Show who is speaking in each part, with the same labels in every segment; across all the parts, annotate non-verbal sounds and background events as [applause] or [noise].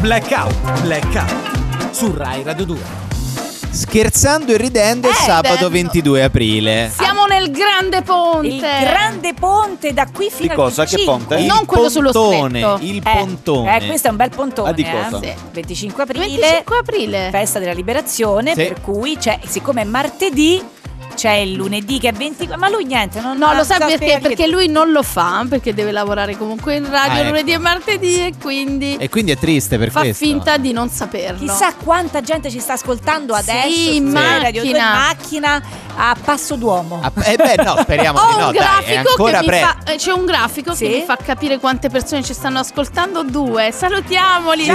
Speaker 1: Blackout, Blackout su Rai Radio 2.
Speaker 2: Scherzando e ridendo
Speaker 3: Eh,
Speaker 2: è sabato
Speaker 3: bello.
Speaker 2: 22 aprile.
Speaker 3: Siamo nel grande ponte.
Speaker 4: Il grande ponte da qui fino
Speaker 5: Di cosa?
Speaker 4: al
Speaker 5: Che
Speaker 4: 25.
Speaker 5: ponte?
Speaker 3: No. non
Speaker 2: il
Speaker 3: quello sullo
Speaker 2: pontone,
Speaker 3: stretto.
Speaker 2: Il
Speaker 4: Eh,
Speaker 2: pontone.
Speaker 4: Eh, questo è un bel pontone.
Speaker 5: Ah, di
Speaker 4: eh.
Speaker 5: cosa?
Speaker 3: Sì.
Speaker 4: 25 aprile,
Speaker 3: 25 aprile.
Speaker 4: festa della liberazione,
Speaker 2: Sì.
Speaker 4: per cui c'è, siccome è martedì, c'è il lunedì che è 25, ma lui niente, non
Speaker 3: No,
Speaker 4: non
Speaker 3: lo sa perché?
Speaker 4: perché-
Speaker 3: Perché lui non lo fa, perché deve lavorare comunque in
Speaker 2: Ah,
Speaker 3: radio
Speaker 2: ecco.
Speaker 3: lunedì e martedì e quindi
Speaker 2: E quindi è triste per
Speaker 3: fa
Speaker 2: questo.
Speaker 3: finta di non saperlo.
Speaker 4: Chissà quanta gente ci sta ascoltando
Speaker 3: Sì,
Speaker 4: adesso
Speaker 3: in
Speaker 4: su Radio 2 in
Speaker 3: macchina.
Speaker 4: macchina a Passo Duomo.
Speaker 2: Ah, eh beh, no,
Speaker 3: [laughs]
Speaker 2: speriamo
Speaker 3: Ho
Speaker 2: di no,
Speaker 3: Oh, un
Speaker 2: dai, è
Speaker 3: grafico
Speaker 2: ancora
Speaker 3: che mi
Speaker 2: pre-
Speaker 3: fa, eh, c'è un grafico
Speaker 4: Sì?
Speaker 3: che mi fa capire quante persone ci stanno ascoltando. Due, salutiamoli.
Speaker 2: Ci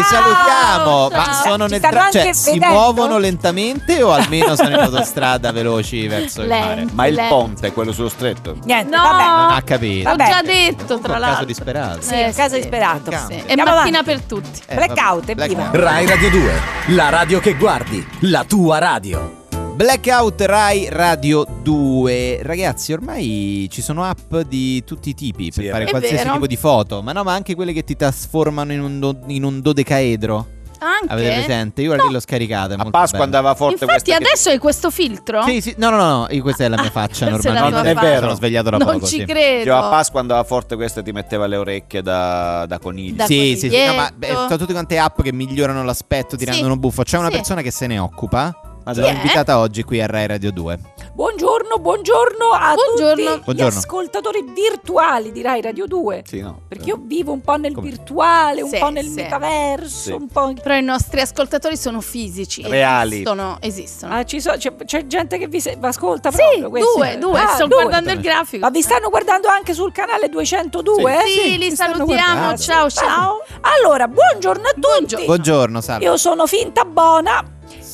Speaker 3: Ciao.
Speaker 2: salutiamo, ma sono
Speaker 4: Ci
Speaker 2: nel
Speaker 4: stanno
Speaker 2: tra- cioè,
Speaker 4: anche
Speaker 2: si
Speaker 4: vedendo?
Speaker 2: muovono lentamente o almeno sono in autostrada [laughs] veloci verso il mare?
Speaker 3: Lento.
Speaker 5: Ma il
Speaker 3: Lento.
Speaker 5: ponte, quello sullo stretto.
Speaker 4: Niente,
Speaker 3: No.
Speaker 4: vabbè.
Speaker 2: Non ha Ah, capito.
Speaker 3: L'ho
Speaker 4: Vabbè.
Speaker 3: già detto, tra
Speaker 2: Un
Speaker 3: l'altro.
Speaker 2: caso disperato.
Speaker 4: Sì, un caso disperato.
Speaker 2: Sì.
Speaker 3: Eh, Sì, È
Speaker 4: Andiamo
Speaker 3: mattina
Speaker 4: avanti.
Speaker 3: per tutti.
Speaker 2: Eh,
Speaker 4: Blackout,
Speaker 2: vabbè,
Speaker 4: evviva.
Speaker 2: blackout.
Speaker 1: Rai Radio 2, la radio che guardi, la tua radio.
Speaker 2: Blackout Rai Radio 2. Ragazzi, ormai ci sono app di tutti i tipi per
Speaker 5: Sì, è
Speaker 2: fare
Speaker 3: vero. È
Speaker 2: qualsiasi
Speaker 3: vero.
Speaker 2: tipo di foto, ma no, ma anche quelle che ti trasformano in un, do- in un dodecaedro.
Speaker 3: Anche.
Speaker 2: Avete presente? Io lì l'ho scaricata. è
Speaker 5: A
Speaker 2: molto
Speaker 5: Pasqua
Speaker 2: bello.
Speaker 5: andava forte
Speaker 3: Infatti,
Speaker 5: questa che-
Speaker 3: adesso hai questo filtro?
Speaker 2: Sì, sì, no, no, no, io- questa è la mia
Speaker 3: Ah,
Speaker 2: faccia
Speaker 3: questa è la
Speaker 2: normalmente.
Speaker 3: tua
Speaker 5: Non è faccia. vero.
Speaker 2: Sono svegliato da
Speaker 3: non
Speaker 2: poco.
Speaker 3: ci
Speaker 2: sì.
Speaker 3: credo.
Speaker 5: Io a Pasqua andava forte questa ti metteva le orecchie da, da coniglio.
Speaker 3: Da-
Speaker 2: sì, sì, sì, no, ma beh,
Speaker 3: coniglietto.
Speaker 2: sono tutte quante app che migliorano l'aspetto, ti
Speaker 3: Sì.
Speaker 2: rendono buffo. C'è una
Speaker 3: Sì. eh?
Speaker 2: persona che se ne occupa.
Speaker 5: Ma
Speaker 2: L'ho
Speaker 3: è?
Speaker 5: dai.
Speaker 2: invitata oggi qui a Rai Radio 2.
Speaker 4: Buongiorno, buongiorno a
Speaker 3: Buongiorno.
Speaker 4: tutti gli
Speaker 2: Buongiorno.
Speaker 4: ascoltatori virtuali di Rai Radio 2.
Speaker 5: Sì, no.
Speaker 4: Perché io vivo un po' nel
Speaker 2: Come?
Speaker 4: virtuale, un
Speaker 3: Sì,
Speaker 4: po' nel
Speaker 3: sì.
Speaker 4: metaverso,
Speaker 5: Sì.
Speaker 4: un po'. in-
Speaker 3: Però i nostri ascoltatori sono fisici.
Speaker 5: Reali.
Speaker 3: Esistono. esistono.
Speaker 4: Ah, ci so- c'è, c'è gente che vi se- vi ascolta
Speaker 3: sì,
Speaker 4: proprio. questi.
Speaker 3: due, due.
Speaker 4: Ah,
Speaker 3: Sto
Speaker 4: due.
Speaker 3: guardando il grafico.
Speaker 4: Ma vi stanno guardando anche sul canale 202?
Speaker 3: Sì,
Speaker 4: eh?
Speaker 3: li
Speaker 4: vi stanno
Speaker 3: salutiamo.
Speaker 4: guardando.
Speaker 3: Ciao, ciao.
Speaker 4: Allora, buongiorno a tutti.
Speaker 2: Buongiorno, salve.
Speaker 4: Io sono Finta Bona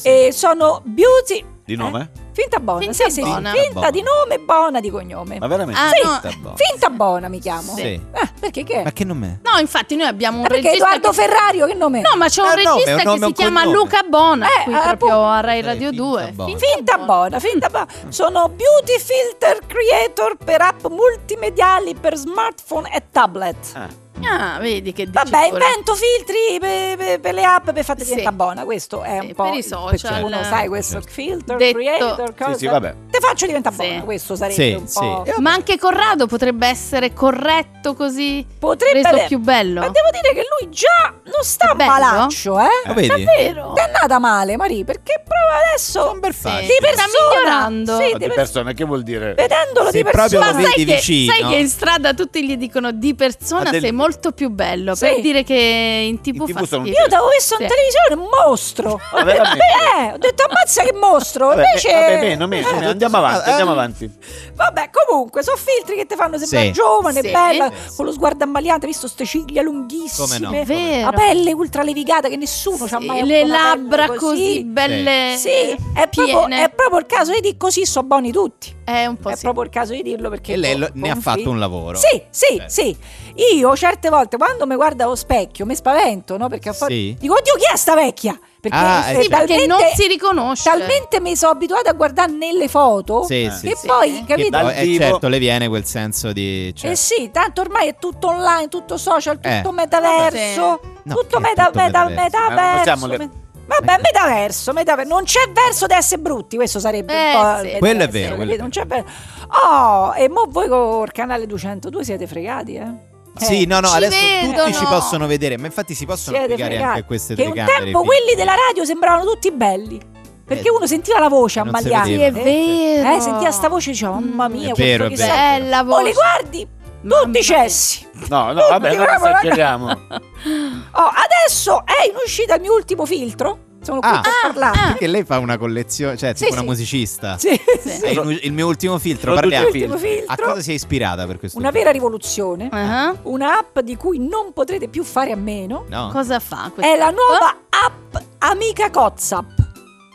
Speaker 4: e sono Beauty.
Speaker 5: Di nome?
Speaker 4: Finta Bona,
Speaker 3: Finta
Speaker 4: sì,
Speaker 3: Bona.
Speaker 4: sì, finta di nome, Bona di cognome.
Speaker 5: Ma veramente?
Speaker 3: Ah,
Speaker 5: Sì.
Speaker 3: no.
Speaker 5: Sta buono.
Speaker 4: Finta Bona mi chiamo.
Speaker 2: Sì.
Speaker 4: Eh, perché che?
Speaker 2: Ma che nome è?
Speaker 3: No, infatti, noi abbiamo un
Speaker 4: Eh, perché
Speaker 3: regista.
Speaker 4: Edoardo
Speaker 3: che-
Speaker 4: Ferrario che nome? è?
Speaker 3: No, ma c'è un
Speaker 2: Eh, no, ma è un
Speaker 3: regista
Speaker 2: nome,
Speaker 3: che si
Speaker 2: un
Speaker 3: chiama
Speaker 2: cognome.
Speaker 3: Luca Bona
Speaker 4: Eh,
Speaker 3: qui
Speaker 4: eh,
Speaker 3: proprio
Speaker 4: appunto.
Speaker 3: a Rai
Speaker 2: Sì,
Speaker 3: Radio
Speaker 2: Finta
Speaker 3: 2.
Speaker 2: Bona.
Speaker 4: Finta Bona, finta Bona. Sono beauty filter creator per app multimediali per smartphone e tablet.
Speaker 5: Ah,
Speaker 3: Ah, vedi che dici
Speaker 4: Vabbè,
Speaker 3: pure.
Speaker 4: invento filtri pe- pe- per, le app per fate
Speaker 3: Sì.
Speaker 4: diventare buona. Questo è
Speaker 3: Sì,
Speaker 4: un po'
Speaker 3: per i
Speaker 4: il-
Speaker 3: social.
Speaker 4: uno sai questo
Speaker 2: Certo.
Speaker 4: filter
Speaker 3: Detto-
Speaker 4: creator
Speaker 5: Sì,
Speaker 4: cosa.
Speaker 5: sì, vabbè.
Speaker 4: Te faccio diventare
Speaker 3: Sì.
Speaker 4: buona, questo sarebbe
Speaker 2: Sì,
Speaker 4: un
Speaker 2: sì.
Speaker 4: po'.
Speaker 2: Eh,
Speaker 3: Ma anche Corrado potrebbe essere corretto così.
Speaker 4: Potrebbe
Speaker 3: reso
Speaker 4: de-
Speaker 3: più bello.
Speaker 4: Ma devo dire che lui già non
Speaker 3: È
Speaker 4: sta
Speaker 3: bello?
Speaker 4: malaccio, eh?
Speaker 2: Lo vedi?
Speaker 3: Davvero?
Speaker 4: È andata male, Marie, perché prova adesso
Speaker 2: Sono per
Speaker 3: Sì.
Speaker 2: facile.
Speaker 4: di persona
Speaker 3: Sta migliorando.
Speaker 4: Sì,
Speaker 5: Ma
Speaker 4: di
Speaker 5: di
Speaker 4: per-
Speaker 5: persona, che vuol dire?
Speaker 4: vedendolo
Speaker 2: Se
Speaker 4: di
Speaker 2: proprio
Speaker 4: persona.
Speaker 2: lo
Speaker 3: sai,
Speaker 2: vedi
Speaker 3: che,
Speaker 2: vicino?
Speaker 3: sai che in strada tutti gli dicono di persona
Speaker 5: Ma del-
Speaker 3: sei molto più bello.
Speaker 4: Sì.
Speaker 3: Per dire che in tv,
Speaker 5: In TV
Speaker 3: fa
Speaker 5: sono un
Speaker 3: schifo.
Speaker 4: Io ti avevo visto in
Speaker 3: Sì. Ah,
Speaker 4: televisione un mostro.
Speaker 5: Ma veramente?
Speaker 4: Eh, ho detto ammazza che mostro.
Speaker 5: Vabbè,
Speaker 4: Invece
Speaker 5: eh, vabbè, meno, meno.
Speaker 2: Eh,
Speaker 5: andiamo avanti,
Speaker 2: eh.
Speaker 5: andiamo avanti.
Speaker 4: Vabbè, comunque, sono filtri che ti fanno sembrare
Speaker 2: Sì.
Speaker 4: giovane,
Speaker 3: Sì.
Speaker 4: bella,
Speaker 2: Sì.
Speaker 4: con lo sguardo ammaliato, hai visto ste ciglia lunghissime.
Speaker 2: Come no?
Speaker 3: Vero.
Speaker 4: La pelle ultra levigata che nessuno
Speaker 3: Sì,
Speaker 4: c'ha mai avuto
Speaker 3: le
Speaker 4: una
Speaker 3: labbra
Speaker 4: pelle
Speaker 3: così, belle.
Speaker 4: Sì, è proprio,
Speaker 3: Eh, piene.
Speaker 4: è proprio il caso di dire così sono buoni tutti.
Speaker 3: È un po'
Speaker 4: È
Speaker 3: sì.
Speaker 4: proprio il caso di dirlo perché
Speaker 2: E lei
Speaker 4: co-
Speaker 2: lo- ne
Speaker 4: con
Speaker 2: ha fatto
Speaker 4: fil-
Speaker 2: un lavoro.
Speaker 4: Sì, sì,
Speaker 2: Eh.
Speaker 4: sì. Io certe volte quando mi guardo allo specchio mi spavento, no? Perché a volte
Speaker 2: Sì.
Speaker 4: dico, oddio, chi è sta vecchia? Perché,
Speaker 2: Ah,
Speaker 4: eh,
Speaker 2: eh,
Speaker 3: Sì, perché
Speaker 4: talmente-
Speaker 3: non si riconosce.
Speaker 4: Talmente mi sono abituata a guardare nelle foto
Speaker 2: Sì,
Speaker 5: Eh.
Speaker 2: sì,
Speaker 4: che
Speaker 2: sì.
Speaker 3: sì.
Speaker 4: poi,
Speaker 2: Che
Speaker 4: capito?
Speaker 2: poi,
Speaker 5: Dal
Speaker 2: eh,
Speaker 5: vivo.
Speaker 2: certo, le viene quel senso di... cioè,
Speaker 4: Eh sì, tanto ormai è tutto online, tutto social, tutto
Speaker 2: Eh.
Speaker 4: metaverso,
Speaker 2: No,
Speaker 4: tutto,
Speaker 2: è
Speaker 4: meta,
Speaker 2: tutto
Speaker 4: meta-
Speaker 2: metaverso.
Speaker 4: metaverso,
Speaker 5: Ma non siamo le-
Speaker 4: me- Vabbè, metaverso, metaverso, non c'è verso di essere brutti, questo sarebbe
Speaker 3: Eh,
Speaker 4: un po'...
Speaker 3: sì.
Speaker 4: il
Speaker 2: Quello è
Speaker 4: metaverso,
Speaker 2: vero,
Speaker 4: capito?
Speaker 2: quello è
Speaker 4: non c'è ver- Oh, e mo voi col canale 202 siete fregati, eh? Eh,
Speaker 2: Sì, no, no,
Speaker 3: Ci
Speaker 2: adesso tutti
Speaker 3: vedono.
Speaker 2: ci possono vedere, ma infatti si possono
Speaker 4: siete
Speaker 2: applicare
Speaker 4: fregati.
Speaker 2: anche queste
Speaker 4: che
Speaker 2: tre
Speaker 4: un
Speaker 2: telecamere.
Speaker 4: tempo
Speaker 2: finte.
Speaker 4: quelli della radio sembravano tutti belli. Perché
Speaker 2: Eh,
Speaker 4: uno sentiva la voce
Speaker 2: non si
Speaker 4: ammaliata.
Speaker 3: Sì,
Speaker 2: vedeva.
Speaker 3: è
Speaker 2: Eh,
Speaker 3: vero.
Speaker 4: Eh, sentiva sta voce e diceva, mamma
Speaker 3: Mm.
Speaker 4: mia,
Speaker 2: È
Speaker 4: quanto
Speaker 2: vero, è
Speaker 4: che
Speaker 2: vero.
Speaker 4: sei-
Speaker 3: Bella
Speaker 4: Oh, li
Speaker 3: voce.
Speaker 4: guardi,
Speaker 3: Mamma
Speaker 4: tutti
Speaker 3: mia.
Speaker 4: cessi.
Speaker 5: No, no, vabbè, non
Speaker 4: bravo,
Speaker 5: esageriamo.
Speaker 4: [laughs] Oh, adesso è in uscita il mio ultimo filtro. Sono qui
Speaker 2: Ah.
Speaker 4: a parlare.
Speaker 3: Ah,
Speaker 2: Perché lei fa una collezione, cioè,
Speaker 4: Sì,
Speaker 2: tipo una
Speaker 4: sì.
Speaker 2: musicista.
Speaker 4: Sì.
Speaker 3: Sì.
Speaker 2: È Eh, il, il mio ultimo filtro,
Speaker 5: Sono tutti
Speaker 2: parliamo.
Speaker 5: film.
Speaker 4: Ultimo
Speaker 2: A
Speaker 4: filtro.
Speaker 2: cosa si è ispirata per questo?
Speaker 4: Una vera rivoluzione.
Speaker 3: Ah,
Speaker 4: Un'app di cui non potrete più fare a meno.
Speaker 2: No,
Speaker 3: Cosa fa questa?
Speaker 4: È la nuova app Amica Cozzap.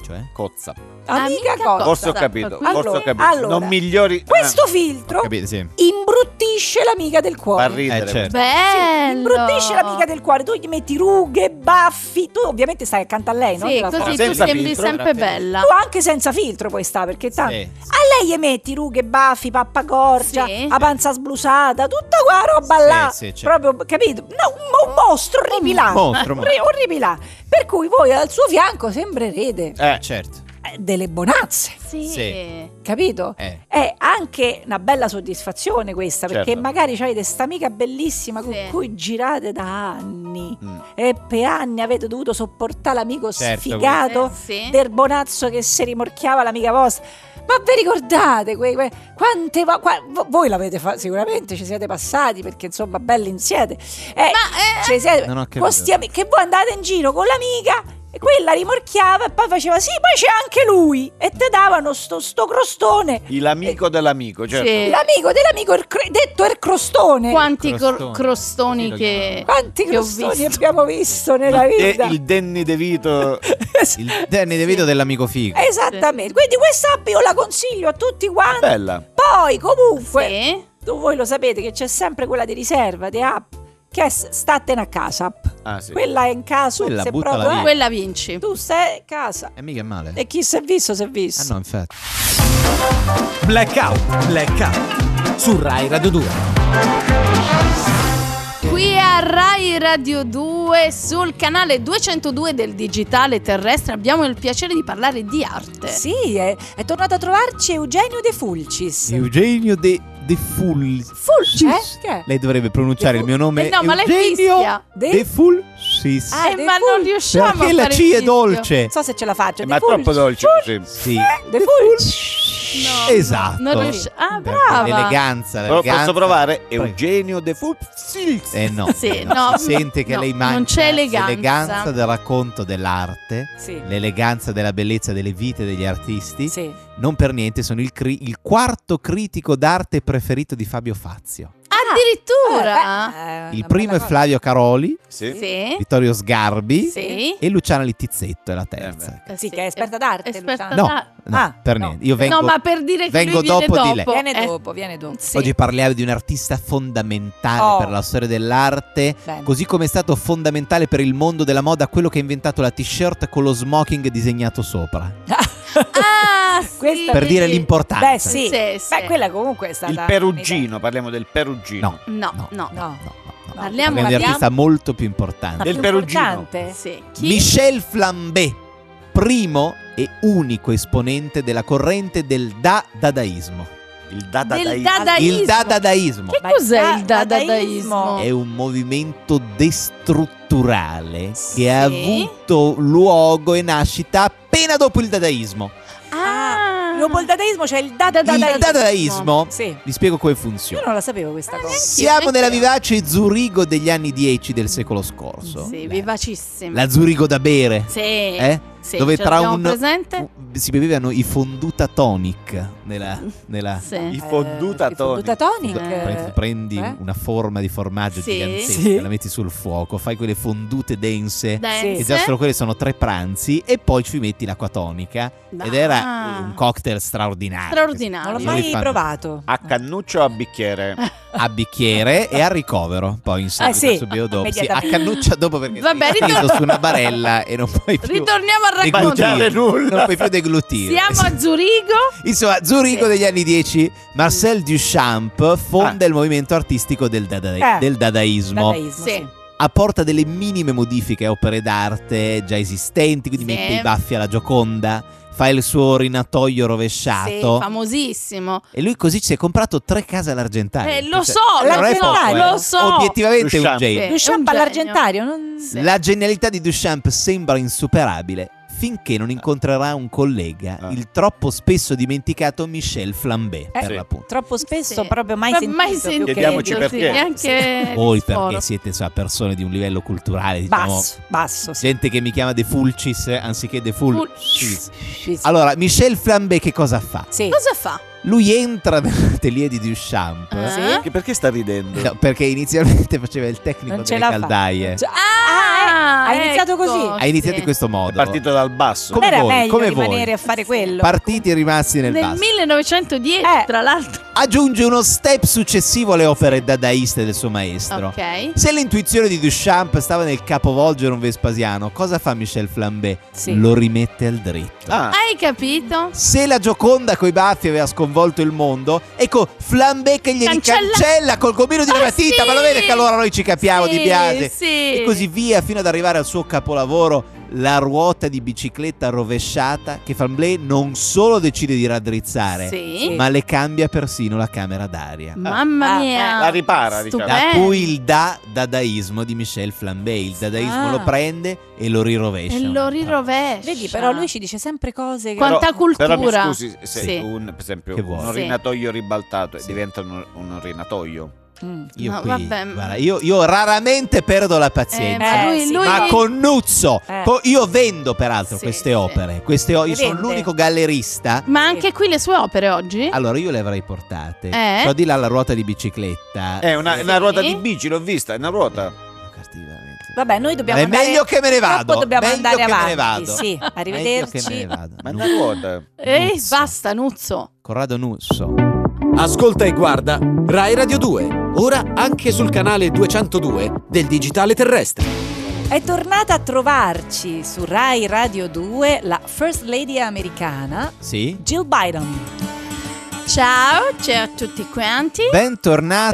Speaker 2: cioè?
Speaker 5: Cozza.
Speaker 4: Amica,
Speaker 3: Amica
Speaker 4: Cozzap.
Speaker 3: Cozzap.
Speaker 5: Forse ho capito,
Speaker 3: Allora,
Speaker 5: forse ho capito.
Speaker 4: allora,
Speaker 5: non migliori...
Speaker 4: Questo
Speaker 5: Ah,
Speaker 4: filtro
Speaker 2: Capite, sì.
Speaker 4: imbruttisce imbruttisce l'amica del
Speaker 5: Fa
Speaker 4: cuore.
Speaker 5: ridere.
Speaker 2: Eh, certo.
Speaker 3: Bello.
Speaker 4: Imbruttisce l'amica del cuore, tu gli metti rughe, baffi, tu ovviamente stai accanto a lei, no?
Speaker 3: Sì,
Speaker 4: Te la
Speaker 3: così
Speaker 4: fai.
Speaker 3: tu
Speaker 5: Senza
Speaker 3: sembri
Speaker 5: filtro,
Speaker 3: sempre bella.
Speaker 4: Tu anche senza filtro puoi stare, perché tanto...
Speaker 2: Eh, Sì.
Speaker 4: A lei gli metti rughe, baffi, pappagorgia,
Speaker 3: Sì.
Speaker 4: la panza sblusata, tutta qua roba
Speaker 2: Sì,
Speaker 4: là.
Speaker 2: sì, certo.
Speaker 4: Proprio, capito? No, un, mo- un mostro orripilante.
Speaker 2: mostro, mostro.
Speaker 4: Orri- orripilante. Per cui voi al suo fianco sembrerete
Speaker 5: Eh,
Speaker 2: Certo.
Speaker 4: eh, delle bonazze,
Speaker 3: Sì.
Speaker 2: Sì.
Speaker 4: capito?
Speaker 2: Eh.
Speaker 4: È anche una bella soddisfazione questa, perché
Speaker 5: Certo.
Speaker 4: magari c'hai questa amica bellissima con
Speaker 3: Sì.
Speaker 4: cui girate da anni
Speaker 5: Mm.
Speaker 4: e per anni avete dovuto sopportare l'amico
Speaker 2: Certo,
Speaker 4: sfigato
Speaker 3: Eh, sì.
Speaker 4: del bonazzo che si rimorchiava l'amica vostra. Ma vi ricordate quei, quei- quante va- qua- vo- voi l'avete fatto sicuramente ci siete passati perché insomma belli insieme. Eh,
Speaker 3: Ma, eh,
Speaker 4: ci siete-
Speaker 2: Non ho capito.
Speaker 4: questi ami- che voi andate in giro con l'amica e quella rimorchiava e poi faceva sì, poi c'è anche lui e te davano sto, sto crostone.
Speaker 5: il l'amico dell'amico, certo.
Speaker 3: Sì.
Speaker 4: L'amico dell'amico il cre- detto il crostone.
Speaker 3: Quanti
Speaker 2: Crostoni.
Speaker 3: cor- crostoni
Speaker 2: Sì,
Speaker 3: che,
Speaker 4: Quanti
Speaker 3: che ho
Speaker 4: crostoni
Speaker 3: visto.
Speaker 4: abbiamo visto nella
Speaker 5: E
Speaker 4: vita?
Speaker 5: Eh,
Speaker 4: [laughs]
Speaker 5: il Danny DeVito
Speaker 2: Il Danny DeVito dell'amico figo.
Speaker 4: Esattamente. Quindi questa app io la consiglio a tutti quanti.
Speaker 5: Bella.
Speaker 4: Poi comunque
Speaker 3: Sì.
Speaker 4: tu- voi lo sapete che c'è sempre quella di riserva di app che è s- statene a casa. app.
Speaker 5: Ah, sì.
Speaker 4: Quella è in caso
Speaker 2: Quella
Speaker 4: se
Speaker 2: buttala
Speaker 4: proprio
Speaker 2: via.
Speaker 4: è.
Speaker 3: Quella vinci.
Speaker 4: tu sei a casa.
Speaker 2: E Eh, mica è male.
Speaker 4: E chi si è visto si è
Speaker 2: Ah
Speaker 4: visto.
Speaker 2: no, infatti.
Speaker 6: Blackout, blackout. Su Rai Radio 2.
Speaker 3: Qui a Rai Radio 2 sul canale 202 del digitale terrestre abbiamo il piacere di parlare di arte.
Speaker 4: Sì, è, è tornato a trovarci Eugenio De Fulcis.
Speaker 2: Eugenio De, de Fulcis.
Speaker 4: Fulcis? Eh? Che è?
Speaker 2: Lei dovrebbe pronunciare
Speaker 4: De
Speaker 2: il mio nome.
Speaker 3: Eh no, ma lei
Speaker 2: Eugenio
Speaker 3: fischia.
Speaker 4: De-
Speaker 2: De Fulcis.
Speaker 4: Ah,
Speaker 3: Eh,
Speaker 4: De
Speaker 3: ma non
Speaker 4: Fulcis.
Speaker 3: riusciamo a
Speaker 2: Perché la
Speaker 3: fare
Speaker 2: C
Speaker 3: il
Speaker 2: è
Speaker 3: fischio.
Speaker 2: dolce.
Speaker 4: Non so se ce la faccio.
Speaker 5: Eh, Ma è troppo dolce così.
Speaker 2: Sì.
Speaker 4: De Fulcis.
Speaker 3: No,
Speaker 2: esatto.
Speaker 3: non riusci- ah,
Speaker 2: De-
Speaker 3: brava.
Speaker 2: L'eleganza,
Speaker 5: Però
Speaker 2: l'eleganza.
Speaker 5: posso provare
Speaker 2: Prego.
Speaker 5: Eugenio De Fulcis.
Speaker 2: Eh no,
Speaker 3: [laughs] Sì,
Speaker 2: eh no,
Speaker 3: no,
Speaker 2: si sente che
Speaker 3: no,
Speaker 2: lei
Speaker 3: non
Speaker 2: manca
Speaker 3: c'è eleganza.
Speaker 2: l'eleganza del racconto dell'arte,
Speaker 4: Sì.
Speaker 2: l'eleganza della bellezza delle vite degli artisti.
Speaker 4: Sì.
Speaker 2: Non per niente sono il, cri- il quarto critico d'arte preferito di Fabio Fazio.
Speaker 3: Eh, Addirittura.
Speaker 4: Ah. Eh, beh, eh,
Speaker 2: Il
Speaker 4: una
Speaker 2: primo è
Speaker 4: bella cosa.
Speaker 2: Flavio Caroli,
Speaker 5: Sì.
Speaker 3: Sì.
Speaker 2: Vittorio Sgarbi
Speaker 3: Sì.
Speaker 2: e Luciana Littizzetto è la terza.
Speaker 3: Eh,
Speaker 4: Sì, che è esperta d'arte, diciamo.
Speaker 3: Esperta
Speaker 4: Luciana.
Speaker 2: No,
Speaker 3: d'arte.
Speaker 2: no,
Speaker 4: Ah,
Speaker 2: per
Speaker 4: no.
Speaker 2: niente. Io vengo,
Speaker 3: no, ma per dire che
Speaker 2: vengo
Speaker 3: lui viene
Speaker 2: dopo di lei.
Speaker 3: dopo.
Speaker 4: Viene
Speaker 3: Eh,
Speaker 4: dopo, viene dopo.
Speaker 3: sì.
Speaker 2: Oggi parliamo di un artista fondamentale
Speaker 4: Oh.
Speaker 2: per la storia dell'arte,
Speaker 4: Bene.
Speaker 2: così come è stato fondamentale per il mondo della moda quello che ha inventato la t-shirt con lo smoking disegnato sopra.
Speaker 3: Ah, sì,
Speaker 4: Questa-
Speaker 2: per
Speaker 3: vedi?
Speaker 2: dire l'importanza.
Speaker 4: Cioè, Beh, sì.
Speaker 3: Sì, sì.
Speaker 4: Beh, quella comunque è stata.
Speaker 5: Il Perugino, parliamo del Perugino.
Speaker 2: No,
Speaker 3: No, no.
Speaker 4: No. Ah,
Speaker 2: no.
Speaker 3: Parliamo-
Speaker 2: Parliamo di un
Speaker 4: parliamo-
Speaker 2: artista molto più importante.
Speaker 5: del
Speaker 4: Del
Speaker 5: Perugino.
Speaker 4: Perugino.
Speaker 3: Sì. Chi?
Speaker 2: Michel Flambé, primo e unico esponente della corrente del da-dadaismo.
Speaker 5: Il
Speaker 3: Del
Speaker 5: Dadadaismo.
Speaker 3: dadaismo.
Speaker 2: Il da-dadaismo
Speaker 3: Che
Speaker 4: Ma
Speaker 3: cos'è
Speaker 4: da-
Speaker 3: il dadadaismo?
Speaker 2: è un movimento destrutturale
Speaker 3: Sì.
Speaker 2: che ha avuto luogo e nascita appena dopo il dadaismo.
Speaker 3: Ah,
Speaker 4: Dopo il dadaismo c'è cioè il dadadaismo.
Speaker 2: Il dadaismo,
Speaker 4: Sì.
Speaker 2: vi spiego come
Speaker 4: Io
Speaker 2: funziona.
Speaker 4: non la sapevo questa cosa.
Speaker 2: Siamo nella
Speaker 3: neanch'io.
Speaker 2: vivace Zurigo degli anni 10 del secolo scorso.
Speaker 3: Sì,
Speaker 2: La-
Speaker 3: vivacissimo.
Speaker 2: La Zurigo da bere.
Speaker 3: Sì.
Speaker 2: eh?
Speaker 3: Sì,
Speaker 2: Dove
Speaker 3: ce
Speaker 2: tra
Speaker 3: l'abbiamo
Speaker 2: un
Speaker 3: presente?
Speaker 2: si bevevano i fonduta tonic nella, nella-
Speaker 5: Il
Speaker 3: Mm. Sì.
Speaker 5: fonduta
Speaker 4: Eh, il fonduta tonic.
Speaker 3: Fonduta-
Speaker 2: Pre-
Speaker 4: eh.
Speaker 2: prendi
Speaker 4: eh?
Speaker 2: una forma di formaggio
Speaker 3: Sì.
Speaker 2: gigantesca,
Speaker 4: Sì.
Speaker 2: la metti sul fuoco, fai quelle fondute dense.
Speaker 3: Dance.
Speaker 2: E eh, già solo quelle sono tre pranzi e poi ci metti l'acqua tonica ed era
Speaker 3: Ah.
Speaker 2: un cocktail straordinario. Cioè,
Speaker 3: Straordinario.
Speaker 4: Non l'ho
Speaker 2: Io
Speaker 4: mai
Speaker 2: li fanno
Speaker 4: provato.
Speaker 5: A cannuccio o a bicchiere?
Speaker 2: A bicchiere e a ricovero, poi in seguito
Speaker 4: sì,
Speaker 2: subito dopo. Sì, a
Speaker 4: immediatamente.
Speaker 2: cannuccia dopo perché
Speaker 3: Vabbè,
Speaker 2: sei
Speaker 3: ritorn-
Speaker 2: appeso su una barella e non puoi più
Speaker 3: Ritorniamo al racconto.
Speaker 5: Mangiare
Speaker 2: deglutire. Non
Speaker 5: nulla.
Speaker 2: puoi più deglutire.
Speaker 3: Siamo a Zurigo.
Speaker 2: [laughs] Insomma, Zurigo
Speaker 3: Sì.
Speaker 2: degli anni 10, Marcel Duchamp fonda il movimento artistico del, dada-
Speaker 4: Eh.
Speaker 2: del dadaismo.
Speaker 4: Dadaismo.
Speaker 3: Sì.
Speaker 4: Sì.
Speaker 2: Apporta delle minime modifiche a opere d'arte già esistenti, quindi
Speaker 3: Sì.
Speaker 2: mette i baffi alla Gioconda, fa il suo rinatoio
Speaker 3: Sì,
Speaker 2: rovesciato.
Speaker 3: famosissimo.
Speaker 2: e lui così si è comprato tre case all'Argentario.
Speaker 3: Eh, lo
Speaker 2: Cioè,
Speaker 3: so,
Speaker 2: non
Speaker 4: lo
Speaker 2: è
Speaker 4: so,
Speaker 2: poco, eh.
Speaker 4: lo
Speaker 3: so.
Speaker 2: Obiettivamente è un
Speaker 5: Duchamp.
Speaker 2: genio.
Speaker 3: Sì.
Speaker 4: Riusciamo
Speaker 3: È un genio.
Speaker 4: all'argentario. Non...
Speaker 3: Sì.
Speaker 2: La genialità di Duchamp sembra insuperabile finché non incontrerà un collega,
Speaker 5: Ah.
Speaker 2: il troppo spesso dimenticato Michel
Speaker 3: Eh.
Speaker 2: Flambé, per
Speaker 5: Sì.
Speaker 2: l'appunto.
Speaker 4: Troppo spesso,
Speaker 3: Sì.
Speaker 4: proprio mai
Speaker 3: Ma
Speaker 4: sentito.
Speaker 3: mai
Speaker 4: più
Speaker 3: sentito,
Speaker 4: che-
Speaker 5: Chiediamoci
Speaker 3: sì,
Speaker 5: perché.
Speaker 3: neanche
Speaker 2: Voi
Speaker 3: Sforo.
Speaker 2: perché siete insomma, persone di un livello culturale, diciamo,
Speaker 4: Basso, basso. Sì.
Speaker 2: gente che mi chiama De Fulcis eh, anziché De
Speaker 3: Fulcis.
Speaker 2: Fulcis.
Speaker 4: Sì.
Speaker 2: Allora, Michel Flambé che cosa fa?
Speaker 4: Sì.
Speaker 3: Cosa fa?
Speaker 2: Lui entra [laughs] nell'atelier di Duchamp
Speaker 3: Ah.
Speaker 7: Eh?
Speaker 5: Che- Perché sta ridendo?
Speaker 2: no, perché inizialmente [laughs] faceva il tecnico
Speaker 4: Eh. Non ce
Speaker 2: delle
Speaker 4: la fa.
Speaker 2: caldaie.
Speaker 4: Cioè-
Speaker 3: Ah, Ah,
Speaker 4: Ha iniziato
Speaker 3: ecco,
Speaker 4: così.
Speaker 2: Hai iniziato
Speaker 3: sì.
Speaker 2: in questo modo.
Speaker 7: È partito dal basso.
Speaker 2: Come
Speaker 4: era
Speaker 2: voi,
Speaker 4: meglio
Speaker 2: come voi.
Speaker 4: rimanere a fare quello.
Speaker 2: Partiti e rimasti nel,
Speaker 3: Nel
Speaker 2: basso.
Speaker 3: 1910,
Speaker 4: Eh.
Speaker 3: tra l'altro.
Speaker 2: Aggiunge uno step successivo alle opere dadaiste del suo maestro.
Speaker 3: Ok.
Speaker 2: Se l'intuizione di Duchamp stava nel capovolgere un Vespasiano, cosa fa Michel Flambé?
Speaker 4: Sì.
Speaker 2: Lo rimette al dritto.
Speaker 7: Ah,
Speaker 3: Hai capito?
Speaker 2: Se la Gioconda coi baffi aveva sconvolto il mondo, ecco Flambé che glieli
Speaker 3: Cancella-
Speaker 2: cancella, col gommino di
Speaker 3: Ah,
Speaker 2: una matita,
Speaker 3: sì!
Speaker 2: ma lo vede che allora noi ci capiamo
Speaker 3: Sì,
Speaker 2: di Biase.
Speaker 3: sì.
Speaker 2: E così via fino ad arrivare al suo capolavoro, la ruota di bicicletta rovesciata che Flambé non solo decide di raddrizzare,
Speaker 3: Sì.
Speaker 2: ma le cambia persino la camera d'aria.
Speaker 3: Mamma
Speaker 4: Ah,
Speaker 3: mia. Eh,
Speaker 4: eh.
Speaker 7: La ripara, diciamo.
Speaker 2: Da
Speaker 3: Stupendo.
Speaker 2: cui il da dadaismo di Michel Flambé. Il dadaismo
Speaker 4: Ah.
Speaker 2: lo prende e lo rirovescia.
Speaker 3: E lo rirovescia.
Speaker 4: Vedi, però lui ci dice sempre cose che...
Speaker 3: Quanta cultura.
Speaker 7: Però mi scusi, se
Speaker 3: Sì.
Speaker 7: un, per esempio
Speaker 2: Che
Speaker 7: un
Speaker 2: vuoi?
Speaker 7: orinatoio ribaltato
Speaker 2: Sì.
Speaker 7: diventa un, un orinatoio.
Speaker 4: Mm.
Speaker 2: Io,
Speaker 3: No,
Speaker 2: qui,
Speaker 3: vabbè.
Speaker 2: guarda, io, io raramente perdo la
Speaker 3: Eh,
Speaker 2: pazienza.
Speaker 3: ma
Speaker 4: Eh,
Speaker 3: lui,
Speaker 4: sì.
Speaker 3: lui-
Speaker 2: Ma con Nuzzo,
Speaker 4: Eh.
Speaker 2: co- io vendo peraltro
Speaker 3: Sì,
Speaker 2: queste
Speaker 3: sì.
Speaker 2: opere. Queste o-
Speaker 4: Le
Speaker 2: io sono
Speaker 4: vende?
Speaker 2: l'unico gallerista.
Speaker 3: Ma anche qui le sue opere oggi?
Speaker 2: Allora io le avrei portate.
Speaker 3: Eh?
Speaker 2: C'ho di là la ruota di bicicletta. Eh,
Speaker 7: È Eh, una,
Speaker 3: Sì.
Speaker 7: una ruota di bici, l'ho vista, è una ruota.
Speaker 4: Vabbè, noi dobbiamo
Speaker 2: È
Speaker 4: andare...
Speaker 2: meglio che me ne vado,
Speaker 4: Purtroppo dobbiamo
Speaker 2: meglio
Speaker 4: andare
Speaker 2: che me
Speaker 4: avanti.
Speaker 2: ne vado.
Speaker 4: Sì,
Speaker 2: Meglio che me ne
Speaker 4: arrivederci.
Speaker 2: vado.
Speaker 7: Ma è una
Speaker 2: Nuzzo.
Speaker 7: ruota.
Speaker 3: Ehi,
Speaker 2: Nuzzo.
Speaker 3: basta, Nuzzo.
Speaker 2: Corrado Nuzzo.
Speaker 5: Ascolta e guarda Rai Radio 2, ora anche sul canale 202 del digitale terrestre.
Speaker 4: È tornata a trovarci su Rai Radio 2 la First Lady americana
Speaker 2: Sì.
Speaker 4: Jill Biden.
Speaker 3: Ciao, ciao a tutti quanti.
Speaker 2: Bentornata,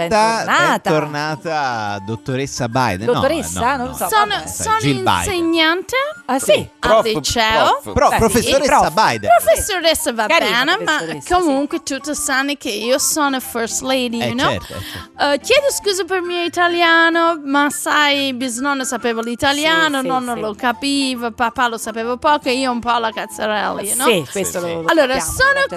Speaker 4: Bentornata.
Speaker 2: bentornata, dottoressa Biden. No,
Speaker 4: Dottoressa?
Speaker 2: no, no.
Speaker 4: Non so.
Speaker 3: sono
Speaker 4: vabbè.
Speaker 3: sono
Speaker 2: Jill Biden.
Speaker 3: insegnante
Speaker 4: Ah sì?
Speaker 3: al liceo.
Speaker 7: prof.
Speaker 2: Però,
Speaker 4: Beh, sì,
Speaker 2: professoressa
Speaker 4: prof.
Speaker 2: Biden.
Speaker 3: Professoressa va
Speaker 4: Carina
Speaker 3: bene, ma
Speaker 4: professoressa,
Speaker 3: comunque tutti sanno che io sono first lady,
Speaker 2: Eh,
Speaker 3: you know?
Speaker 2: certo, eh, certo.
Speaker 3: Eh, chiedo scusa per il mio italiano, ma sai, bisnonno sapeva l'italiano,
Speaker 4: Sì, sì,
Speaker 3: nonno
Speaker 4: sì.
Speaker 3: lo capiva, papà lo sapeva poco e io un po' la cazzarella, you know?
Speaker 4: Sì, questo
Speaker 7: Sì,
Speaker 4: lo,
Speaker 7: sì.
Speaker 4: lo
Speaker 3: Allora,
Speaker 4: sappiamo,
Speaker 3: sono
Speaker 4: certo.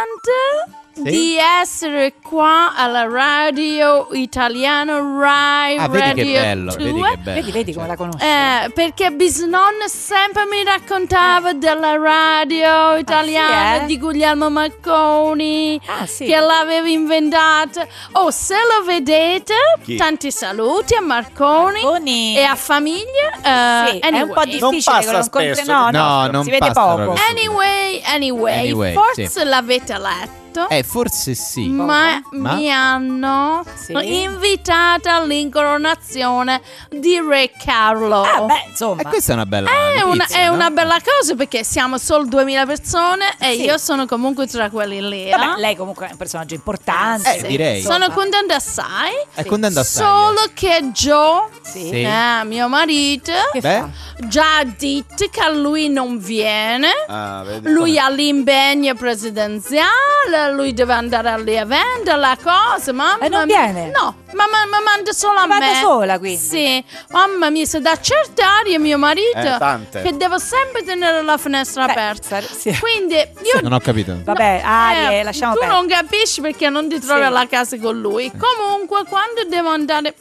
Speaker 3: contenta
Speaker 2: Sì?
Speaker 3: di essere qua alla radio italiano Rai
Speaker 2: Ah, vedi
Speaker 3: Radio
Speaker 2: che bello, vedi
Speaker 3: 2.
Speaker 2: che bello.
Speaker 4: Vedi, vedi come la
Speaker 2: cioè.
Speaker 4: conosci.
Speaker 3: Eh, perché bisnonno sempre mi raccontava della radio italiana
Speaker 4: Ah, eh?
Speaker 3: di Guglielmo Marconi
Speaker 4: Ah, sì.
Speaker 3: che l'aveva inventata. Oh, se lo vedete,
Speaker 7: Chi?
Speaker 3: tanti saluti a Marconi,
Speaker 4: Marconi.
Speaker 3: e a famiglia. eh,
Speaker 4: Sì, è
Speaker 3: anyway.
Speaker 4: un po' difficile
Speaker 7: passa
Speaker 4: che non compre-
Speaker 7: spesso.
Speaker 4: no, no,
Speaker 2: No, non
Speaker 4: si vede
Speaker 2: passa
Speaker 4: poco.
Speaker 2: proprio.
Speaker 3: Anyway, anyway,
Speaker 2: Anyway,
Speaker 3: forse
Speaker 2: sì.
Speaker 3: l'avete letto.
Speaker 2: Eh, forse sì.
Speaker 3: Ma,
Speaker 2: Ma?
Speaker 3: mi hanno
Speaker 4: Sì.
Speaker 3: invitata all'incoronazione di Re Carlo.
Speaker 4: Ah, beh, insomma.
Speaker 2: E Eh, questa è una bella
Speaker 3: È una,
Speaker 2: notizia,
Speaker 3: è
Speaker 2: no?
Speaker 3: una bella cosa perché siamo solo 2000 persone e
Speaker 4: Sì.
Speaker 3: io sono comunque tra quelli lì. eh.
Speaker 4: Vabbè, lei comunque è un personaggio importante.
Speaker 2: Eh, direi.
Speaker 3: Sono
Speaker 4: Insomma.
Speaker 3: contenta assai.
Speaker 2: È contenta assai, eh.
Speaker 3: Solo che Joe,
Speaker 4: Sì.
Speaker 2: Sì.
Speaker 3: eh, mio marito,
Speaker 4: Che
Speaker 2: Beh.
Speaker 4: fa?
Speaker 3: già ha detto che lui non viene.
Speaker 7: Ah, vedi.
Speaker 3: Lui ha l'impegno presidenziale, lui deve andare lì a vendere la cosa, mamma
Speaker 4: E non
Speaker 3: mia.
Speaker 4: viene?
Speaker 3: No, ma, ma, ma manda solo a
Speaker 4: Ma
Speaker 3: me.
Speaker 4: vada sola, quindi.
Speaker 3: Sì, mamma mia, se da certe arie mio marito
Speaker 7: Eh, tante.
Speaker 3: che devo sempre tenere la finestra
Speaker 4: Beh,
Speaker 3: aperta.
Speaker 4: sare- sì.
Speaker 3: Quindi io
Speaker 2: Non ho capito.
Speaker 4: Vabbè, arie,
Speaker 3: eh,
Speaker 4: lasciamo
Speaker 3: tu
Speaker 4: [laughs] perdere.
Speaker 3: non capisci perché non ti trovi
Speaker 4: Sì.
Speaker 3: alla casa con lui. Comunque, quando devo andare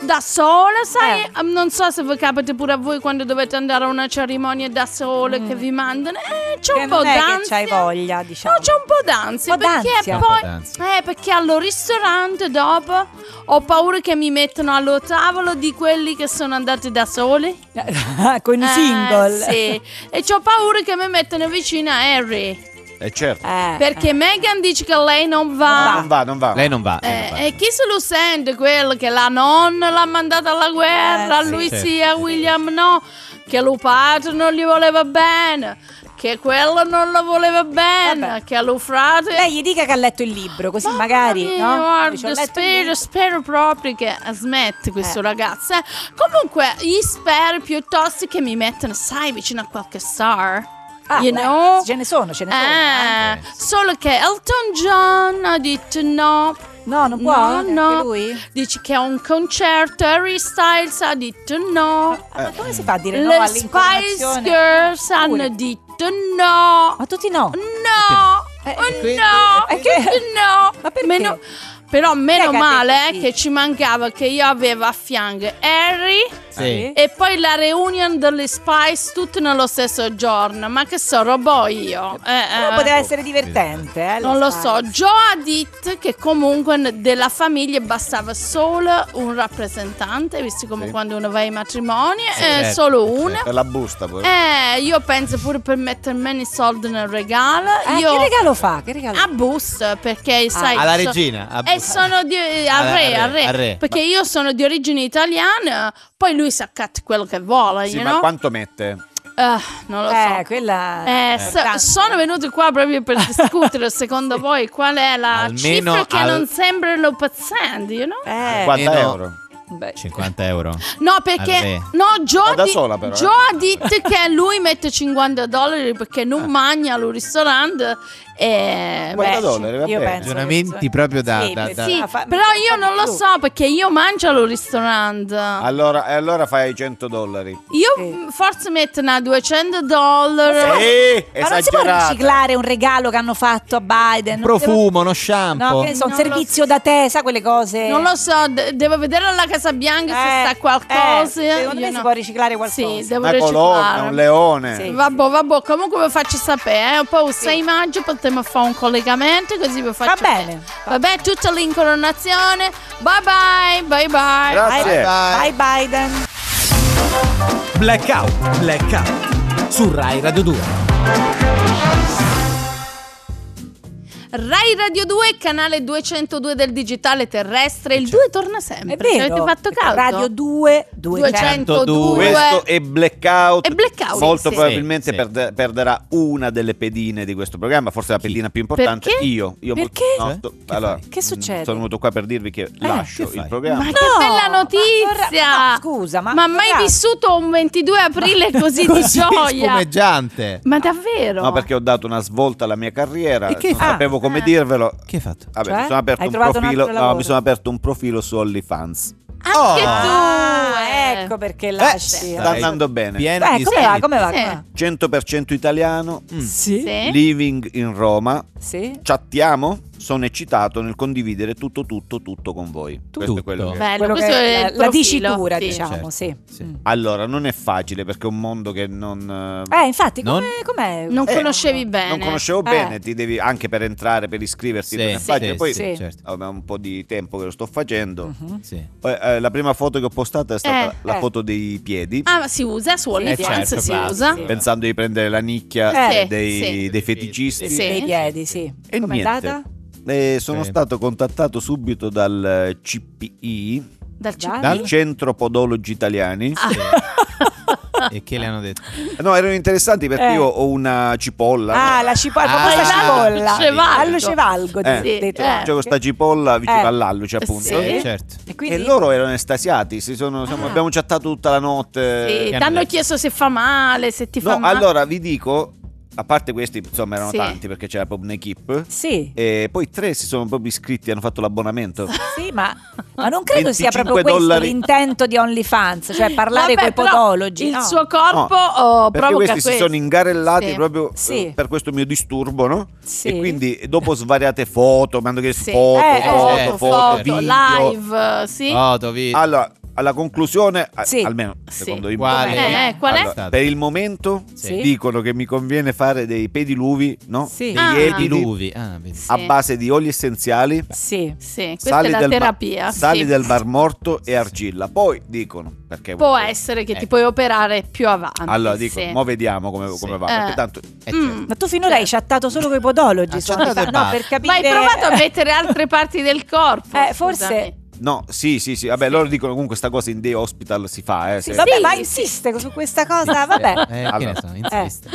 Speaker 3: da sola, sai,
Speaker 4: Eh.
Speaker 3: ehm, non so se vi capita pure a voi quando dovete andare a una cerimonia da sole che vi mandano. Eh, c'è
Speaker 4: Mm. Che
Speaker 3: un po'
Speaker 4: non è che
Speaker 3: d'ansia.
Speaker 4: c'hai voglia, diciamo.
Speaker 3: No, c'è un po' d'ansia.
Speaker 4: Un po'
Speaker 3: perché
Speaker 4: d'ansia.
Speaker 2: Un po'
Speaker 3: poi.
Speaker 2: d'ansia.
Speaker 3: Eh, perché allo ristorante dopo ho paura che mi mettano allo tavolo di quelli che sono andati da soli.
Speaker 4: Ah, Con i
Speaker 3: Eh,
Speaker 4: single. [laughs]
Speaker 3: sì. E ho paura che mi mettano vicino a Harry.
Speaker 7: Eh, certo.
Speaker 4: Eh,
Speaker 3: Perché Meghan dice che lei non
Speaker 7: Ah. Non va, non va.
Speaker 2: Lei non va.
Speaker 3: eh,
Speaker 2: lei non va.
Speaker 3: e chi se lo sente quello che la nonna l'ha mandata alla guerra,
Speaker 4: Eh, sì.
Speaker 3: lui
Speaker 2: Certo,
Speaker 3: sì, a William no, che lo padre non gli voleva bene, che quello non lo voleva bene,
Speaker 4: Vabbè.
Speaker 3: che lo frate...
Speaker 4: Lei gli dica che ha letto il libro, così
Speaker 3: Mamma
Speaker 4: magari.
Speaker 3: mia,
Speaker 4: no?
Speaker 3: guarda,
Speaker 4: Dice, "Ho letto il
Speaker 3: spero,
Speaker 4: libro".
Speaker 3: spero proprio che smetti questo
Speaker 4: Eh.
Speaker 3: ragazzo. eh. Comunque, io spero piuttosto che mi mettano, sai, vicino a qualche star.
Speaker 4: Ah,
Speaker 3: you
Speaker 4: beh,
Speaker 3: know?
Speaker 4: ce ne sono, ce ne sono.
Speaker 3: Eh,
Speaker 2: eh.
Speaker 3: solo che Elton John ha detto no,
Speaker 4: No, non può?
Speaker 3: Eh. No,
Speaker 4: Neanche
Speaker 3: no.
Speaker 4: lui?
Speaker 3: Dice che è un concerto, Harry Styles ha detto no.
Speaker 4: Ah, Ma come si fa a dire no
Speaker 3: Le Spice
Speaker 4: all'incarnazione?
Speaker 3: Girls hanno
Speaker 4: Pure.
Speaker 3: detto no.
Speaker 4: Ma tutti no.
Speaker 3: No.
Speaker 4: Eh,
Speaker 3: Oh,
Speaker 2: quindi?
Speaker 3: no.
Speaker 4: Eh, che-
Speaker 3: No.
Speaker 4: Ma perché?
Speaker 3: Meno- però meno
Speaker 4: Chi è che ha
Speaker 3: male
Speaker 4: detto sì?
Speaker 3: che ci mancava che io avevo a fianco Harry
Speaker 2: Sì.
Speaker 3: E poi la reunion delle Spice tutto nello stesso giorno. Ma che so, robò io. Eh,
Speaker 4: Però
Speaker 3: eh.
Speaker 4: poteva essere divertente, eh,
Speaker 3: Non lo
Speaker 4: sai.
Speaker 3: so, Joe ha detto che comunque n- della famiglia bastava solo un rappresentante, visto come
Speaker 7: Sì.
Speaker 3: quando uno va ai matrimoni,
Speaker 2: Sì,
Speaker 3: eh,
Speaker 2: certo,
Speaker 3: solo
Speaker 2: certo.
Speaker 3: una.
Speaker 7: Per la busta poi.
Speaker 3: Eh, io penso pure per mettermeni i soldi nel regalo.
Speaker 4: Eh, Ah,
Speaker 3: io Ah,
Speaker 4: Che regalo fa? Che regalo?
Speaker 3: a boost perché sai
Speaker 2: alla
Speaker 3: eh, so-
Speaker 2: regina. a
Speaker 3: e
Speaker 2: Bu-
Speaker 3: sono di a eh,
Speaker 2: Alla-
Speaker 3: re,
Speaker 2: al
Speaker 3: al
Speaker 2: re,
Speaker 3: re,
Speaker 2: al re.
Speaker 3: perché io sono di origine italiana, poi lui si accatti quello che vuole,
Speaker 7: Sì,
Speaker 3: you
Speaker 7: ma
Speaker 3: know?
Speaker 7: quanto mette?
Speaker 3: Eh, non lo so.
Speaker 4: eh, quella
Speaker 3: Eh,
Speaker 4: è
Speaker 3: so-
Speaker 4: tanto.
Speaker 3: sono venuti qua proprio per
Speaker 4: [laughs]
Speaker 3: discutere secondo voi qual è la
Speaker 2: Almeno
Speaker 3: cifra che
Speaker 2: al-
Speaker 3: non sembrano pazzenti, you know?
Speaker 4: Eh,
Speaker 7: 40
Speaker 2: Eh, no.
Speaker 7: euro.
Speaker 4: beh,
Speaker 2: 50 euro.
Speaker 3: No,
Speaker 2: Al
Speaker 3: perché
Speaker 2: re.
Speaker 3: no, Joe,
Speaker 7: Ma da
Speaker 3: di-
Speaker 7: sola però,
Speaker 3: Joe ha
Speaker 7: eh. [laughs]
Speaker 3: detto che lui mette 50 dollari perché non
Speaker 7: Ah.
Speaker 3: mangia al ristorante e beh,
Speaker 7: 50 dollari, va
Speaker 4: io
Speaker 7: bene.
Speaker 4: penso.
Speaker 2: Ragionamenti proprio da-
Speaker 4: Sì,
Speaker 2: da- da-
Speaker 3: sì,
Speaker 4: Ah, fa-
Speaker 3: però io non lo
Speaker 4: tu.
Speaker 3: so perché io mangio al ristorante.
Speaker 7: Allora, e allora fai 100 dollari.
Speaker 3: Io
Speaker 4: Sì.
Speaker 3: mh, forse metto una 200 dollari.
Speaker 7: Eh,
Speaker 4: Ma non si può
Speaker 7: esagerata.
Speaker 4: riciclare un regalo che hanno fatto a Biden?
Speaker 8: Un
Speaker 4: Non si può-
Speaker 8: profumo, uno shampoo.
Speaker 4: No, che ne so, un
Speaker 3: Non lo
Speaker 4: servizio da te, sa quelle cose.
Speaker 3: Non lo so, de- devo vedere alla Casa Bianca se sta qualcosa.
Speaker 4: eh, secondo
Speaker 3: io
Speaker 4: me si
Speaker 3: no.
Speaker 4: può riciclare qualcosa.
Speaker 3: Sì, devo
Speaker 7: Una colonna,
Speaker 3: riciclare.
Speaker 7: un leone.
Speaker 4: Sì.
Speaker 3: Vabbò, vabbò, comunque vi faccio sapere. eh. Poi il 6 maggio potremo fare un collegamento così vi
Speaker 4: Va
Speaker 3: faccio
Speaker 4: bene.
Speaker 3: Vabbè, tutta l'incoronazione. Bye bye, bye bye.
Speaker 7: Grazie.
Speaker 4: Bye Biden.
Speaker 5: Blackout, blackout su Rai Radio 2.
Speaker 3: Rai Radio 2, canale 202 del digitale terrestre. Il 2 torna sempre.
Speaker 4: È vero.
Speaker 3: Ci avete fatto
Speaker 4: perché
Speaker 3: caso?
Speaker 4: Radio 2, 200.
Speaker 3: 202.
Speaker 7: Questo è blackout.
Speaker 3: È Blackout,
Speaker 7: Molto
Speaker 3: sì.
Speaker 7: probabilmente
Speaker 2: Sì, sì.
Speaker 7: perde- perderà una delle pedine di questo programma, forse la pedina più importante.
Speaker 3: Perché?
Speaker 7: Io. io
Speaker 4: Perché?
Speaker 7: no,
Speaker 8: Cioè?
Speaker 7: sto-
Speaker 8: Che
Speaker 7: allora,
Speaker 8: fai?
Speaker 4: Che
Speaker 7: mh,
Speaker 4: succede?
Speaker 7: Sono venuto qua per dirvi che lascio
Speaker 8: che
Speaker 7: il
Speaker 8: fai?
Speaker 7: programma.
Speaker 3: Ma che bella
Speaker 4: ma allora-
Speaker 3: notizia!
Speaker 4: no, scusa, ma-
Speaker 3: Ma mai
Speaker 4: ragazzi.
Speaker 3: vissuto un 22 aprile
Speaker 4: [laughs]
Speaker 3: così,
Speaker 2: Così
Speaker 3: di gioia?
Speaker 2: spumeggiante.
Speaker 3: Ma davvero?
Speaker 7: No, perché ho dato una svolta alla mia carriera.
Speaker 8: E che
Speaker 7: non
Speaker 8: fa?
Speaker 7: sapevo come
Speaker 3: Eh.
Speaker 7: dirvelo.
Speaker 8: Che hai fatto?
Speaker 7: Vabbè,
Speaker 4: Cioè?
Speaker 7: mi sono aperto
Speaker 4: Hai
Speaker 7: un
Speaker 4: trovato un
Speaker 7: profilo.
Speaker 4: altro
Speaker 7: no,
Speaker 4: lavoro?
Speaker 7: mi sono aperto un profilo su OnlyFans.
Speaker 3: Anche
Speaker 2: Oh.
Speaker 3: tu!
Speaker 4: Ah,
Speaker 3: eh.
Speaker 4: ecco perché lasci.
Speaker 7: Sta
Speaker 2: Dai.
Speaker 7: andando bene.
Speaker 2: Pieno
Speaker 4: Eh,
Speaker 2: di Mm.
Speaker 4: come va?
Speaker 2: spirito.
Speaker 4: Come va?
Speaker 3: Sì.
Speaker 4: come va?
Speaker 7: 100% italiano.
Speaker 4: Sì.
Speaker 3: Sì. Eh,
Speaker 7: Living in Roma.
Speaker 4: Sì.
Speaker 7: Chattiamo. Sono eccitato nel condividere tutto, tutto, tutto con voi. Questo è quello che.
Speaker 3: Bello,
Speaker 4: Quello
Speaker 3: questo
Speaker 4: che-
Speaker 3: è
Speaker 4: la,
Speaker 3: il
Speaker 4: la
Speaker 3: profilo,
Speaker 4: dicitura,
Speaker 3: sì.
Speaker 4: diciamo,
Speaker 2: Certo,
Speaker 4: sì.
Speaker 2: sì.
Speaker 4: Mm.
Speaker 7: Allora, non è facile perché è un mondo che non. eh,
Speaker 4: Eh, infatti,
Speaker 2: Non-
Speaker 4: com'è- com'è?
Speaker 3: Non
Speaker 4: Eh,
Speaker 3: conoscevi bene.
Speaker 7: non conoscevo
Speaker 4: Eh.
Speaker 7: bene, ti devi anche per entrare, per iscriverti. non è
Speaker 2: Sì,
Speaker 7: facile.
Speaker 2: sì,
Speaker 7: Poi
Speaker 2: sì,
Speaker 4: Sì.
Speaker 2: certo.
Speaker 7: vabbè, è un po' di tempo che lo sto facendo.
Speaker 4: Mhm.
Speaker 2: Sì.
Speaker 7: Poi, eh, la prima foto che ho postato è stata
Speaker 3: Eh,
Speaker 7: la
Speaker 4: eh.
Speaker 7: foto dei piedi.
Speaker 3: Ah, ma si usa su
Speaker 7: Eh,
Speaker 3: OnlyFans,
Speaker 2: certo,
Speaker 3: si
Speaker 2: basta.
Speaker 3: usa.
Speaker 4: Sì.
Speaker 7: Pensando di prendere la nicchia
Speaker 3: Eh,
Speaker 7: eh, dei,
Speaker 3: sì.
Speaker 7: dei feticisti.
Speaker 3: Sì.
Speaker 4: Dei piedi, sì.
Speaker 7: E
Speaker 4: Com'è
Speaker 7: niente.
Speaker 4: andata?
Speaker 7: [laughs] Eh, sono
Speaker 2: Sì.
Speaker 7: stato contattato subito dal eh, CPI,
Speaker 3: Dal Ah,
Speaker 4: Dal-
Speaker 3: CPI.
Speaker 7: dal Centro Podologi Italiani.
Speaker 3: Ah.
Speaker 2: E che le hanno detto?
Speaker 7: No, erano interessanti perché
Speaker 4: Eh.
Speaker 7: io ho una cipolla.
Speaker 4: Ah, la cipolla,
Speaker 2: Ah,
Speaker 4: proposta
Speaker 2: la-
Speaker 4: cipolla.
Speaker 3: Cevalgo.
Speaker 4: All'ocevalgo,
Speaker 7: Eh,
Speaker 4: di- dite.
Speaker 3: eh.
Speaker 7: C'è questa cipolla vicino
Speaker 4: Eh.
Speaker 7: all'alluce, appunto.
Speaker 3: Sì.
Speaker 2: Eh, certo.
Speaker 4: E quindi...
Speaker 7: E loro erano estasiati. si sono- insomma,
Speaker 4: Ah.
Speaker 7: Abbiamo chattato tutta la notte.
Speaker 3: Sì,
Speaker 2: Che hanno
Speaker 3: t'hanno
Speaker 2: detto?
Speaker 3: chiesto se fa male, se ti fa
Speaker 7: Eh, No,
Speaker 3: male.
Speaker 7: allora vi dico, a parte questi, insomma, erano
Speaker 3: Sì.
Speaker 7: tanti perché c'era proprio un'equipe.
Speaker 4: Sì.
Speaker 7: E poi tre si sono proprio iscritti, hanno fatto l'abbonamento.
Speaker 4: Sì, ma, ma non credo sia
Speaker 7: 25
Speaker 4: proprio questo
Speaker 7: dollari.
Speaker 4: l'intento di OnlyFans, cioè parlare
Speaker 3: Vabbè,
Speaker 4: coi
Speaker 3: però
Speaker 4: podologi.
Speaker 3: Il
Speaker 4: no.
Speaker 3: suo corpo
Speaker 7: No,
Speaker 3: oh,
Speaker 7: perché
Speaker 3: provoca
Speaker 7: questi si
Speaker 3: questo.
Speaker 7: sono ingarellati
Speaker 3: Sì.
Speaker 7: proprio eh,
Speaker 4: Sì.
Speaker 7: per questo mio disturbo, no?
Speaker 4: Sì.
Speaker 7: E quindi dopo svariate foto, mi hanno chiesto
Speaker 3: Sì.
Speaker 7: foto,
Speaker 4: Eh, eh,
Speaker 7: foto,
Speaker 2: certo,
Speaker 7: foto,
Speaker 3: Foto,
Speaker 7: video. Ah,
Speaker 3: live, sì.
Speaker 2: Foto, video.
Speaker 7: Allora, alla conclusione, a-
Speaker 4: Sì.
Speaker 7: almeno
Speaker 3: Sì.
Speaker 7: secondo i
Speaker 2: Quale?
Speaker 3: Eh, eh, qual è?
Speaker 7: Allora, per il momento
Speaker 4: Sì.
Speaker 7: dicono che mi conviene fare dei pediluvi, no?
Speaker 4: Sì.
Speaker 2: Degli
Speaker 3: Ah.
Speaker 7: edili
Speaker 2: epiluvi. Ah, vedi.
Speaker 3: Sì.
Speaker 7: a base di oli essenziali,
Speaker 4: Sì.
Speaker 3: Sì, questa
Speaker 7: sali,
Speaker 3: è la
Speaker 7: del, ma-
Speaker 3: terapia. sì.
Speaker 7: sali del Mar Morto e argilla. Poi dicono, perché
Speaker 3: Può essere che ti
Speaker 2: Eh.
Speaker 3: puoi operare più avanti.
Speaker 7: Ecco. Allora dicono,
Speaker 3: sì.
Speaker 7: mo vediamo come,
Speaker 2: Sì.
Speaker 7: come va,
Speaker 3: Eh.
Speaker 7: perché tanto
Speaker 2: Eh,
Speaker 3: Mm.
Speaker 2: certo.
Speaker 4: Ma tu finora hai chattato solo coi podologi,
Speaker 2: Ah,
Speaker 4: su
Speaker 2: chattate
Speaker 4: OnlyFans. no,
Speaker 2: e basta.
Speaker 4: per capire...
Speaker 3: Ma hai provato
Speaker 4: [laughs]
Speaker 3: a mettere altre parti del corpo?
Speaker 4: Eh,
Speaker 3: Scusami.
Speaker 4: forse-
Speaker 7: No, sì, sì, sì. Vabbè, loro dicono comunque sta cosa in day hospital si fa, eh.
Speaker 4: Sì,
Speaker 7: se-
Speaker 4: vabbè,
Speaker 3: Sì,
Speaker 4: ma
Speaker 3: sì.
Speaker 4: insiste su questa cosa, vabbè.
Speaker 2: Eh, che
Speaker 7: Allora.
Speaker 2: ne so, insiste.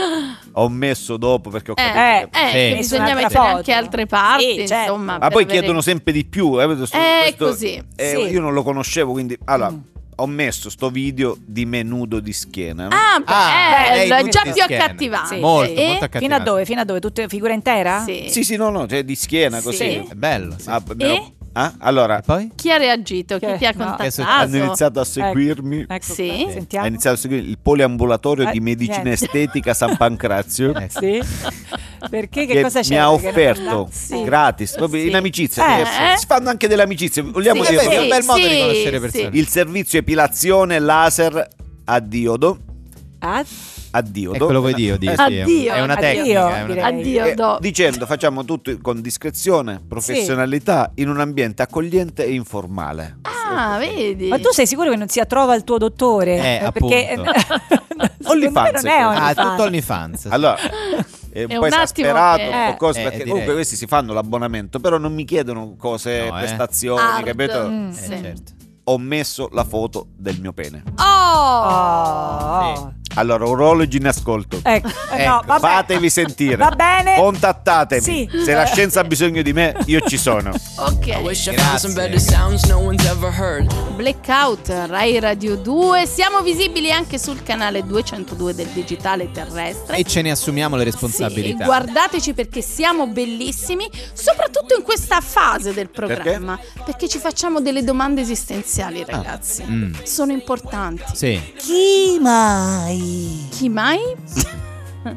Speaker 7: Ho messo dopo perché ho capito.
Speaker 3: Eh,
Speaker 7: che-
Speaker 3: eh,
Speaker 2: Sì.
Speaker 3: che bisogna
Speaker 4: Un'altra
Speaker 3: mettere
Speaker 4: foto.
Speaker 3: anche altre parti,
Speaker 4: Sì, certo.
Speaker 3: insomma.
Speaker 7: Ma
Speaker 3: per
Speaker 7: poi
Speaker 3: avere-
Speaker 7: chiedono sempre di più, eh. questo-
Speaker 3: Eh,
Speaker 7: questo-
Speaker 3: così,
Speaker 7: eh,
Speaker 4: sì.
Speaker 7: Io non lo conoscevo, quindi allora
Speaker 4: Mm.
Speaker 7: ho messo sto video di menudo di schiena. no?
Speaker 3: Ah,
Speaker 2: Ah,
Speaker 3: bello,
Speaker 2: lei
Speaker 3: già
Speaker 2: ti
Speaker 3: più
Speaker 2: schiena.
Speaker 3: accattivante.
Speaker 2: Molto,
Speaker 3: Eh?
Speaker 2: molto accattivante.
Speaker 4: Fino a dove? Fino a dove? Tutte figura intera?
Speaker 3: Sì.
Speaker 7: Sì, sì, no, no, cioè di schiena
Speaker 3: Sì.
Speaker 7: così.
Speaker 2: È bello. sì.
Speaker 7: Ah, me lo-
Speaker 3: E?
Speaker 7: ah, allora,
Speaker 2: E poi?
Speaker 3: Chi ha reagito? Chi
Speaker 4: Che-
Speaker 3: ti ha
Speaker 4: no.
Speaker 3: contattato?
Speaker 2: Che è successo?
Speaker 7: hanno iniziato a seguirmi.
Speaker 3: Sì.
Speaker 4: Ecco, qua,
Speaker 3: Sì.
Speaker 7: Ha
Speaker 4: Sentiamo.
Speaker 7: iniziato a seguire il poliambulatorio
Speaker 4: Eh,
Speaker 7: di medicina
Speaker 4: niente.
Speaker 2: [laughs]
Speaker 7: ah, estetica San Pancrazio.
Speaker 2: Ecco.
Speaker 4: Sì. Perché che,
Speaker 7: che
Speaker 4: cosa c'è?
Speaker 7: mi ha
Speaker 4: Perché non-
Speaker 7: offerto
Speaker 3: Sì.
Speaker 7: gratis, proprio
Speaker 3: Sì.
Speaker 7: in amicizia.
Speaker 3: Eh.
Speaker 7: Si fanno anche delle amicizie. Vogliamo
Speaker 2: Sì,
Speaker 7: dire
Speaker 2: vedi, è un bel modo di
Speaker 3: sì,
Speaker 2: conoscere
Speaker 3: sì.
Speaker 2: persone.
Speaker 7: il servizio epilazione laser a diodo.
Speaker 4: Ah,
Speaker 7: A
Speaker 2: È
Speaker 7: diodo.
Speaker 2: quello che io dico. sì, è un-
Speaker 3: Addio,
Speaker 2: È una
Speaker 4: addio,
Speaker 2: tecnica. è una
Speaker 4: direi.
Speaker 2: tecnica.
Speaker 3: Addio,
Speaker 7: Eh,
Speaker 3: do.
Speaker 7: dicendo facciamo tutto con discrezione, professionalità, in un ambiente accogliente e informale.
Speaker 3: Ah, vedi.
Speaker 4: ma tu sei sicuro che non sia trova il tuo dottore?
Speaker 2: Eh,
Speaker 4: perché [laughs]
Speaker 2: appunto.
Speaker 4: secondo me non è
Speaker 7: Ah,
Speaker 2: Ah, è
Speaker 4: OnlyFans.
Speaker 2: tutto OnlyFans. [laughs]
Speaker 7: Allora, eh, è un
Speaker 3: È
Speaker 7: po'
Speaker 3: un attimo
Speaker 7: esasperato,
Speaker 3: che-
Speaker 7: un po'
Speaker 2: Esatto.
Speaker 7: cosa,
Speaker 2: Eh,
Speaker 7: perché
Speaker 2: direi.
Speaker 7: comunque questi si fanno l'abbonamento, però non mi chiedono cose,
Speaker 2: No, eh.
Speaker 7: prestazioni,
Speaker 3: Hard.
Speaker 7: capito?
Speaker 3: Mm,
Speaker 2: Eh,
Speaker 3: sì.
Speaker 2: certo.
Speaker 7: Ho messo la foto del mio pene.
Speaker 3: Oh!
Speaker 4: Oh,
Speaker 7: Allora, urologi in ascolto.
Speaker 4: ecco, eh, no,
Speaker 2: Ecco,
Speaker 4: vabbè.
Speaker 7: Fatevi sentire.
Speaker 4: Va bene.
Speaker 7: Contattatemi.
Speaker 4: Sì.
Speaker 7: Se la scienza ha bisogno di me, io
Speaker 3: [laughs]
Speaker 7: ci sono.
Speaker 9: I
Speaker 3: Ok,
Speaker 9: wish I found some better sounds no one's ever heard.
Speaker 3: Blackout, Rai Radio 2, siamo visibili anche sul canale 202 del digitale terrestre.
Speaker 2: E ce ne assumiamo le
Speaker 3: Sì,
Speaker 2: responsabilità.
Speaker 3: guardateci perché siamo bellissimi, soprattutto in questa fase del programma, perché, ci facciamo delle domande esistenziali, ragazzi.
Speaker 2: Mm.
Speaker 3: Sono importanti.
Speaker 2: Sì.
Speaker 10: Chi mai
Speaker 3: Chi mai?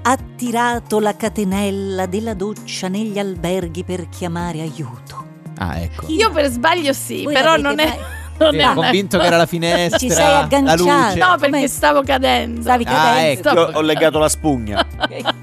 Speaker 10: ha tirato la catenella della doccia negli alberghi per chiamare aiuto?
Speaker 2: Ah, ecco.
Speaker 3: Io per sbaglio sì,
Speaker 10: Voi
Speaker 3: però
Speaker 10: l'avete
Speaker 3: non è...
Speaker 10: mai-
Speaker 3: [laughs] non
Speaker 2: Sì,
Speaker 3: è
Speaker 2: ero convinto che era la finestra.
Speaker 10: Ci sei agganciato.
Speaker 2: La luce.
Speaker 3: No,
Speaker 10: Cioè,
Speaker 3: perché
Speaker 10: come-
Speaker 3: stavo cadendo.
Speaker 10: Stavi
Speaker 2: Ah,
Speaker 10: cadendo.
Speaker 2: ecco.
Speaker 7: Io ho legato la spugna.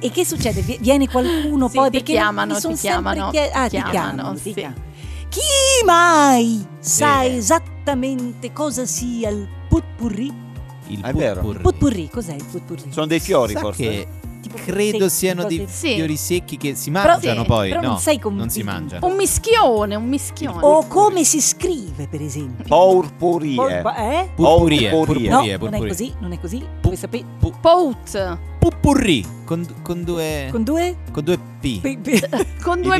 Speaker 10: E che succede? Vi- Viene qualcuno
Speaker 3: Sì,
Speaker 10: poi
Speaker 3: ti
Speaker 10: perché
Speaker 3: chiamano,
Speaker 10: mi son
Speaker 3: ti
Speaker 10: sempre
Speaker 3: chiamano,
Speaker 10: chie- ah,
Speaker 3: ti
Speaker 10: ti
Speaker 3: chiamano,
Speaker 10: chiamano, ti
Speaker 3: sì.
Speaker 10: chiamano. Chi mai sa esattamente cosa sia il potpourri?
Speaker 2: Il
Speaker 7: Ah, È vero.
Speaker 2: potpourri.
Speaker 10: Potpourri, cos'è il potpourri?
Speaker 7: Sono dei fiori,
Speaker 2: Sa
Speaker 7: forse.
Speaker 2: che
Speaker 10: Tipo
Speaker 2: credo
Speaker 10: secchi,
Speaker 2: siano dei
Speaker 10: cose-
Speaker 3: Sì.
Speaker 2: fiori secchi che si
Speaker 10: Però-
Speaker 2: mangiano
Speaker 3: sì,
Speaker 2: poi.
Speaker 10: però
Speaker 2: no,
Speaker 10: non sei
Speaker 2: non si
Speaker 10: convinto.
Speaker 2: mangiano.
Speaker 3: Un mischione, un mischione.
Speaker 10: O come si scrive, per esempio.
Speaker 7: Pourpurie.
Speaker 4: Eh?
Speaker 2: Purpurie,
Speaker 7: Purpurie.
Speaker 2: purpurie,
Speaker 10: No,
Speaker 2: purpurie.
Speaker 10: non è così, non è così.
Speaker 2: Pu-
Speaker 10: Vuoi sapere?
Speaker 2: pu-
Speaker 3: Pout
Speaker 2: Pupurri con, con due
Speaker 4: Con due?
Speaker 2: con due P. [laughs]
Speaker 4: Pi- pi-
Speaker 3: con due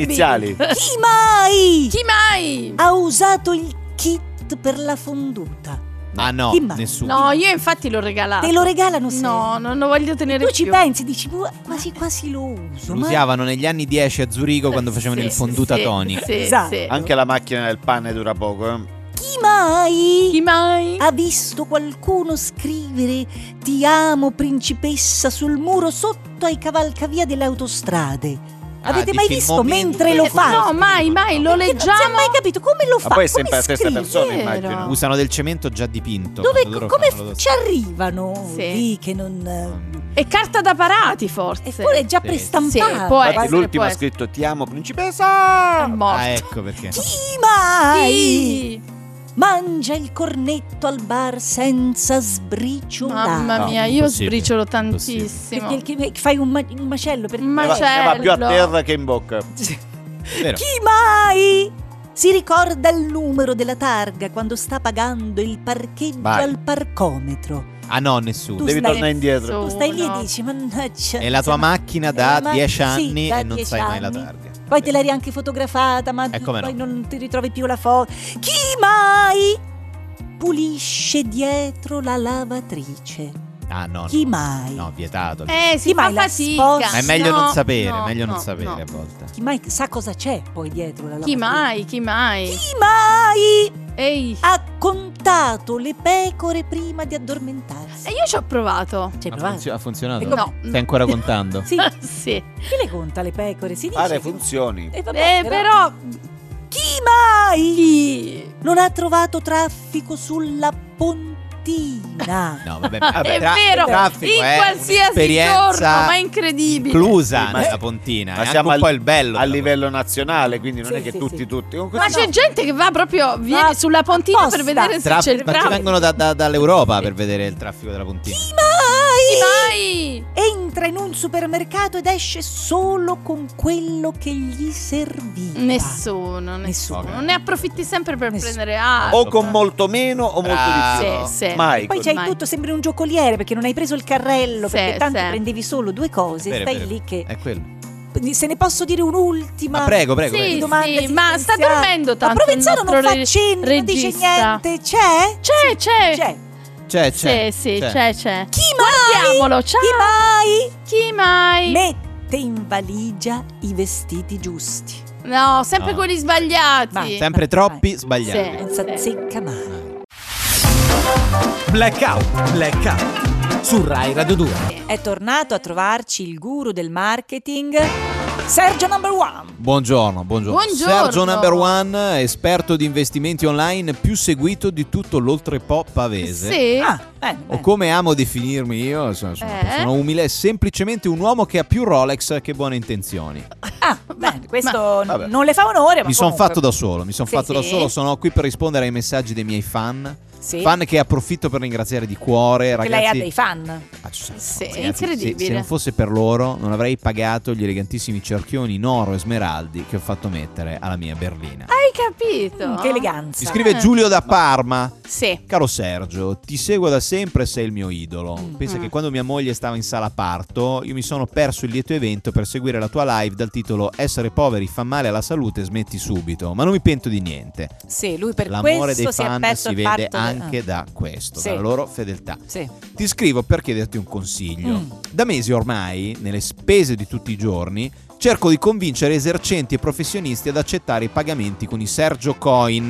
Speaker 3: [laughs]
Speaker 7: Iniziali.
Speaker 3: B.
Speaker 10: Chi mai
Speaker 3: Chi mai?
Speaker 10: ha usato il kit per la fonduta?
Speaker 2: Ah no,
Speaker 10: Chi mai?
Speaker 2: nessuno.
Speaker 3: No, io infatti l'ho regalato.
Speaker 10: Te lo regalano sempre.
Speaker 3: No, non lo voglio tenere
Speaker 10: Tu ci
Speaker 3: più.
Speaker 10: pensi, dici "Ua, quasi quasi lo uso.
Speaker 2: Lo
Speaker 10: ma-
Speaker 2: usavano negli anni 10 a Zurigo quando facevano
Speaker 3: Sì,
Speaker 2: il fonduta
Speaker 3: sì,
Speaker 2: tonic.
Speaker 3: Sì,
Speaker 4: Esatto.
Speaker 3: sì.
Speaker 7: Anche la macchina del pane dura poco. eh.
Speaker 10: Chi mai
Speaker 3: Chi mai?
Speaker 10: ha visto qualcuno scrivere Ti amo principessa sul muro sotto ai cavalcavia delle autostrade?
Speaker 2: Ah,
Speaker 10: Avete
Speaker 2: di
Speaker 10: mai
Speaker 2: film
Speaker 10: visto
Speaker 2: momenti
Speaker 10: mentre lo
Speaker 2: che-
Speaker 10: fa?
Speaker 3: Eh, No, mai, mai, lo
Speaker 10: Perché Non si è
Speaker 3: leggiamo.
Speaker 10: mai capito come lo fa.
Speaker 7: Ma poi è
Speaker 10: come
Speaker 7: sempre la stessa
Speaker 10: scrive?
Speaker 7: persona,
Speaker 3: vero.
Speaker 7: immagino.
Speaker 2: Usano del cemento già dipinto.
Speaker 10: Dove,
Speaker 2: quando loro fanno
Speaker 10: come
Speaker 2: lo- Mm.
Speaker 10: ci arrivano
Speaker 3: Sì.
Speaker 10: lì che non... eh,
Speaker 3: E carta da parati, forse.
Speaker 10: E poi è già
Speaker 2: Sì.
Speaker 10: prestampata.
Speaker 3: Sì, può
Speaker 7: Infatti,
Speaker 3: essere,
Speaker 7: l'ultimo
Speaker 3: può
Speaker 7: ha
Speaker 3: essere. Eh,
Speaker 7: scritto: Ti amo, principessa.
Speaker 3: È
Speaker 2: Ah,
Speaker 3: morto.
Speaker 2: ecco perché.
Speaker 10: Chi mai
Speaker 3: Sì.
Speaker 10: mangia il cornetto al bar senza sbriciolare?
Speaker 3: Mamma
Speaker 2: No,
Speaker 3: mia, io
Speaker 2: impossibile,
Speaker 3: sbriciolo
Speaker 2: impossibile.
Speaker 3: tantissimo.
Speaker 10: Perché il- che fai un, ma- un macello per
Speaker 3: Un
Speaker 7: Ne
Speaker 3: Ma
Speaker 7: va, ne va più a
Speaker 3: certo.
Speaker 7: terra che in bocca.
Speaker 2: Vero.
Speaker 10: Chi mai si ricorda il numero della targa quando sta pagando il parcheggio
Speaker 7: Vai.
Speaker 10: al parcometro?
Speaker 2: Ah no, nessuno.
Speaker 10: Tu-
Speaker 7: Devi
Speaker 10: stai-
Speaker 7: tornare indietro.
Speaker 10: Tu stai lì e
Speaker 3: Uno.
Speaker 10: dici, mannaggia.
Speaker 2: È la
Speaker 3: [laughs]
Speaker 2: tua
Speaker 10: insomma,
Speaker 2: macchina
Speaker 10: è
Speaker 2: da
Speaker 10: la ma-
Speaker 2: 10
Speaker 10: sì,
Speaker 2: anni
Speaker 10: da
Speaker 2: e non
Speaker 10: 10
Speaker 2: sai mai la
Speaker 10: anni.
Speaker 2: targa.
Speaker 10: Poi te l'hai anche fotografata, ma
Speaker 2: Eh, come
Speaker 10: poi
Speaker 2: no.
Speaker 10: non ti ritrovi più la foto. Chi mai pulisce dietro la lavatrice?
Speaker 2: Ah no.
Speaker 10: Chi
Speaker 2: no.
Speaker 10: mai?
Speaker 2: No, vietato.
Speaker 3: Eh, si
Speaker 10: Chi
Speaker 3: fa
Speaker 10: mai la
Speaker 3: fatica.
Speaker 10: sposa?
Speaker 2: Ma è meglio
Speaker 3: No,
Speaker 2: non sapere,
Speaker 3: no,
Speaker 2: meglio non
Speaker 3: no,
Speaker 2: sapere a
Speaker 3: no.
Speaker 2: volte.
Speaker 10: Chi mai sa cosa c'è poi dietro la lavatrice?
Speaker 3: Chi mai? Chi mai?
Speaker 10: Chi mai
Speaker 3: Ehi.
Speaker 10: ha contato le pecore prima di addormentarsi?
Speaker 3: E io ci ho provato.
Speaker 10: C'hai
Speaker 2: Ha,
Speaker 10: provato?
Speaker 2: funzio- ha funzionato?
Speaker 10: Ecco.
Speaker 3: No.
Speaker 2: Stai ancora contando?
Speaker 10: Cioè, Sì,
Speaker 3: [laughs] sì.
Speaker 10: chi le conta le pecore? Si dice.
Speaker 7: Fare
Speaker 10: che-
Speaker 7: funzioni.
Speaker 10: Eh, vabbè,
Speaker 3: Eh, però...
Speaker 10: Chi mai
Speaker 3: Chi?
Speaker 10: non ha trovato traffico sulla pontina?
Speaker 2: No, vabbè.
Speaker 3: [laughs]
Speaker 2: vabbè
Speaker 3: È
Speaker 2: tra-
Speaker 3: vero,
Speaker 2: traffico
Speaker 3: in
Speaker 2: è
Speaker 3: qualsiasi
Speaker 2: un'esperienza
Speaker 3: giorno, ma è incredibile.
Speaker 2: Inclusa
Speaker 7: Sì, Eh, ma-
Speaker 2: nella pontina.
Speaker 7: Ma
Speaker 2: è
Speaker 7: siamo
Speaker 2: anche un po'
Speaker 7: al-
Speaker 2: il bello.
Speaker 7: a
Speaker 2: della
Speaker 7: livello nazionale, quindi non
Speaker 10: Sì,
Speaker 7: è che
Speaker 10: sì,
Speaker 7: tutti,
Speaker 10: sì.
Speaker 7: tutti. Comunque
Speaker 3: Ma
Speaker 7: no.
Speaker 3: c'è gente che va proprio, viene
Speaker 10: Ma
Speaker 3: sulla pontina
Speaker 10: apposta.
Speaker 3: per vedere se
Speaker 2: Tra-
Speaker 3: c'è il
Speaker 2: ma ci
Speaker 3: traffico.
Speaker 2: vengono da- da- dall'Europa per vedere il traffico della pontina.
Speaker 10: Chi mai
Speaker 3: Chi mai?
Speaker 10: entra in un supermercato ed esce solo con quello che gli serviva?
Speaker 3: Nessuno, nessuno.
Speaker 2: Nessuno.
Speaker 3: Ne approfitti sempre per
Speaker 10: Nessuno.
Speaker 3: prendere altro.
Speaker 7: O con molto meno o molto
Speaker 2: Bravo.
Speaker 7: di
Speaker 3: Sì,
Speaker 7: più.
Speaker 3: sì.
Speaker 7: Mai.
Speaker 10: Poi
Speaker 7: così.
Speaker 10: c'hai
Speaker 3: Ormai.
Speaker 10: tutto, sembri un giocoliere perché non hai preso il carrello,
Speaker 3: Sì,
Speaker 10: perché tanto
Speaker 3: sì.
Speaker 10: prendevi solo due cose,
Speaker 2: Vero,
Speaker 10: stai
Speaker 2: vero.
Speaker 10: lì che...
Speaker 2: È quello.
Speaker 10: Se ne posso dire un'ultima?
Speaker 2: Eh. Ma prego, prego.
Speaker 3: sì,
Speaker 2: prego.
Speaker 10: domanda
Speaker 3: sì, ma sta
Speaker 10: esistenziale.
Speaker 3: dormendo tanto.
Speaker 10: Ma Provenzano
Speaker 3: il nostro
Speaker 10: non fa
Speaker 3: re-
Speaker 10: cenni, non dice
Speaker 3: regista. Eh,
Speaker 10: niente, c'è?
Speaker 3: C'è, c'è.
Speaker 10: C'è.
Speaker 2: C'è, Cioè, c'è.
Speaker 3: Sì, sì, c'è, c'è.
Speaker 10: Chi mai?
Speaker 3: Guardiamolo, ciao.
Speaker 10: Chi mai?
Speaker 3: Chi mai?
Speaker 10: Mette in valigia i vestiti giusti.
Speaker 3: No, sempre
Speaker 2: No.
Speaker 3: quelli sbagliati.
Speaker 10: Ma sempre
Speaker 2: Sempre troppi
Speaker 3: Sì.
Speaker 2: sbagliati.
Speaker 10: Non
Speaker 3: Eh.
Speaker 10: si azzecca mai.
Speaker 5: Blackout, blackout su Rai Radio 2.
Speaker 4: È tornato a trovarci il guru del marketing. Sergio number one.
Speaker 2: Buongiorno, buongiorno.
Speaker 3: Buongiorno.
Speaker 2: Sergio Number One, esperto di investimenti online più seguito di tutto l'oltrepo pavese.
Speaker 3: Sì.
Speaker 4: Ah, bene,
Speaker 2: O
Speaker 4: bene.
Speaker 2: come amo definirmi io, insomma, sono,
Speaker 3: Eh?
Speaker 2: sono umile, è semplicemente un uomo che ha più Rolex che buone intenzioni.
Speaker 3: Eh,
Speaker 4: Ah, bene, questo n-
Speaker 7: vabbè.
Speaker 4: non le fa onore, ma
Speaker 2: Mi sono
Speaker 4: comunque.
Speaker 2: fatto da solo, mi sono
Speaker 3: Sì,
Speaker 2: fatto da
Speaker 3: sì.
Speaker 2: solo, sono qui per rispondere ai messaggi dei miei fan.
Speaker 4: Sì.
Speaker 2: Fan che approfitto per ringraziare di cuore,
Speaker 4: Che lei ha
Speaker 2: ragazzi.
Speaker 4: dei fan.
Speaker 2: Ah, ci sono,
Speaker 3: Sì,
Speaker 2: ragazzi,
Speaker 3: è
Speaker 2: Se, se
Speaker 3: incredibile.
Speaker 2: non fosse per loro, non avrei pagato gli elegantissimi cerchioni in oro e smeraldi che ho fatto mettere alla mia berlina.
Speaker 3: Hai capito?
Speaker 4: Mm, Che eleganza.
Speaker 2: Mi scrive Giulio da Parma.
Speaker 3: Sì.
Speaker 2: Caro Sergio, ti seguo da sempre e sei il mio idolo.
Speaker 4: Mm.
Speaker 2: Pensa che quando mia moglie stava in sala parto, io mi sono perso il lieto evento per seguire la tua live dal titolo Essere poveri fa male alla salute, smetti subito. Ma non mi pento di niente.
Speaker 4: Sì, lui per
Speaker 2: L'amore
Speaker 4: questo
Speaker 2: dei
Speaker 4: si è
Speaker 2: fan
Speaker 4: perso
Speaker 2: si
Speaker 4: il
Speaker 2: vede
Speaker 4: patto del-
Speaker 2: anche da questo,
Speaker 4: Sì.
Speaker 2: dalla loro fedeltà.
Speaker 4: ah, Sì.
Speaker 2: Ti scrivo per chiederti un consiglio.
Speaker 4: Mm.
Speaker 2: Da mesi ormai, nelle spese di tutti i giorni, cerco di convincere esercenti e professionisti ad accettare i pagamenti con i Sergio Coin,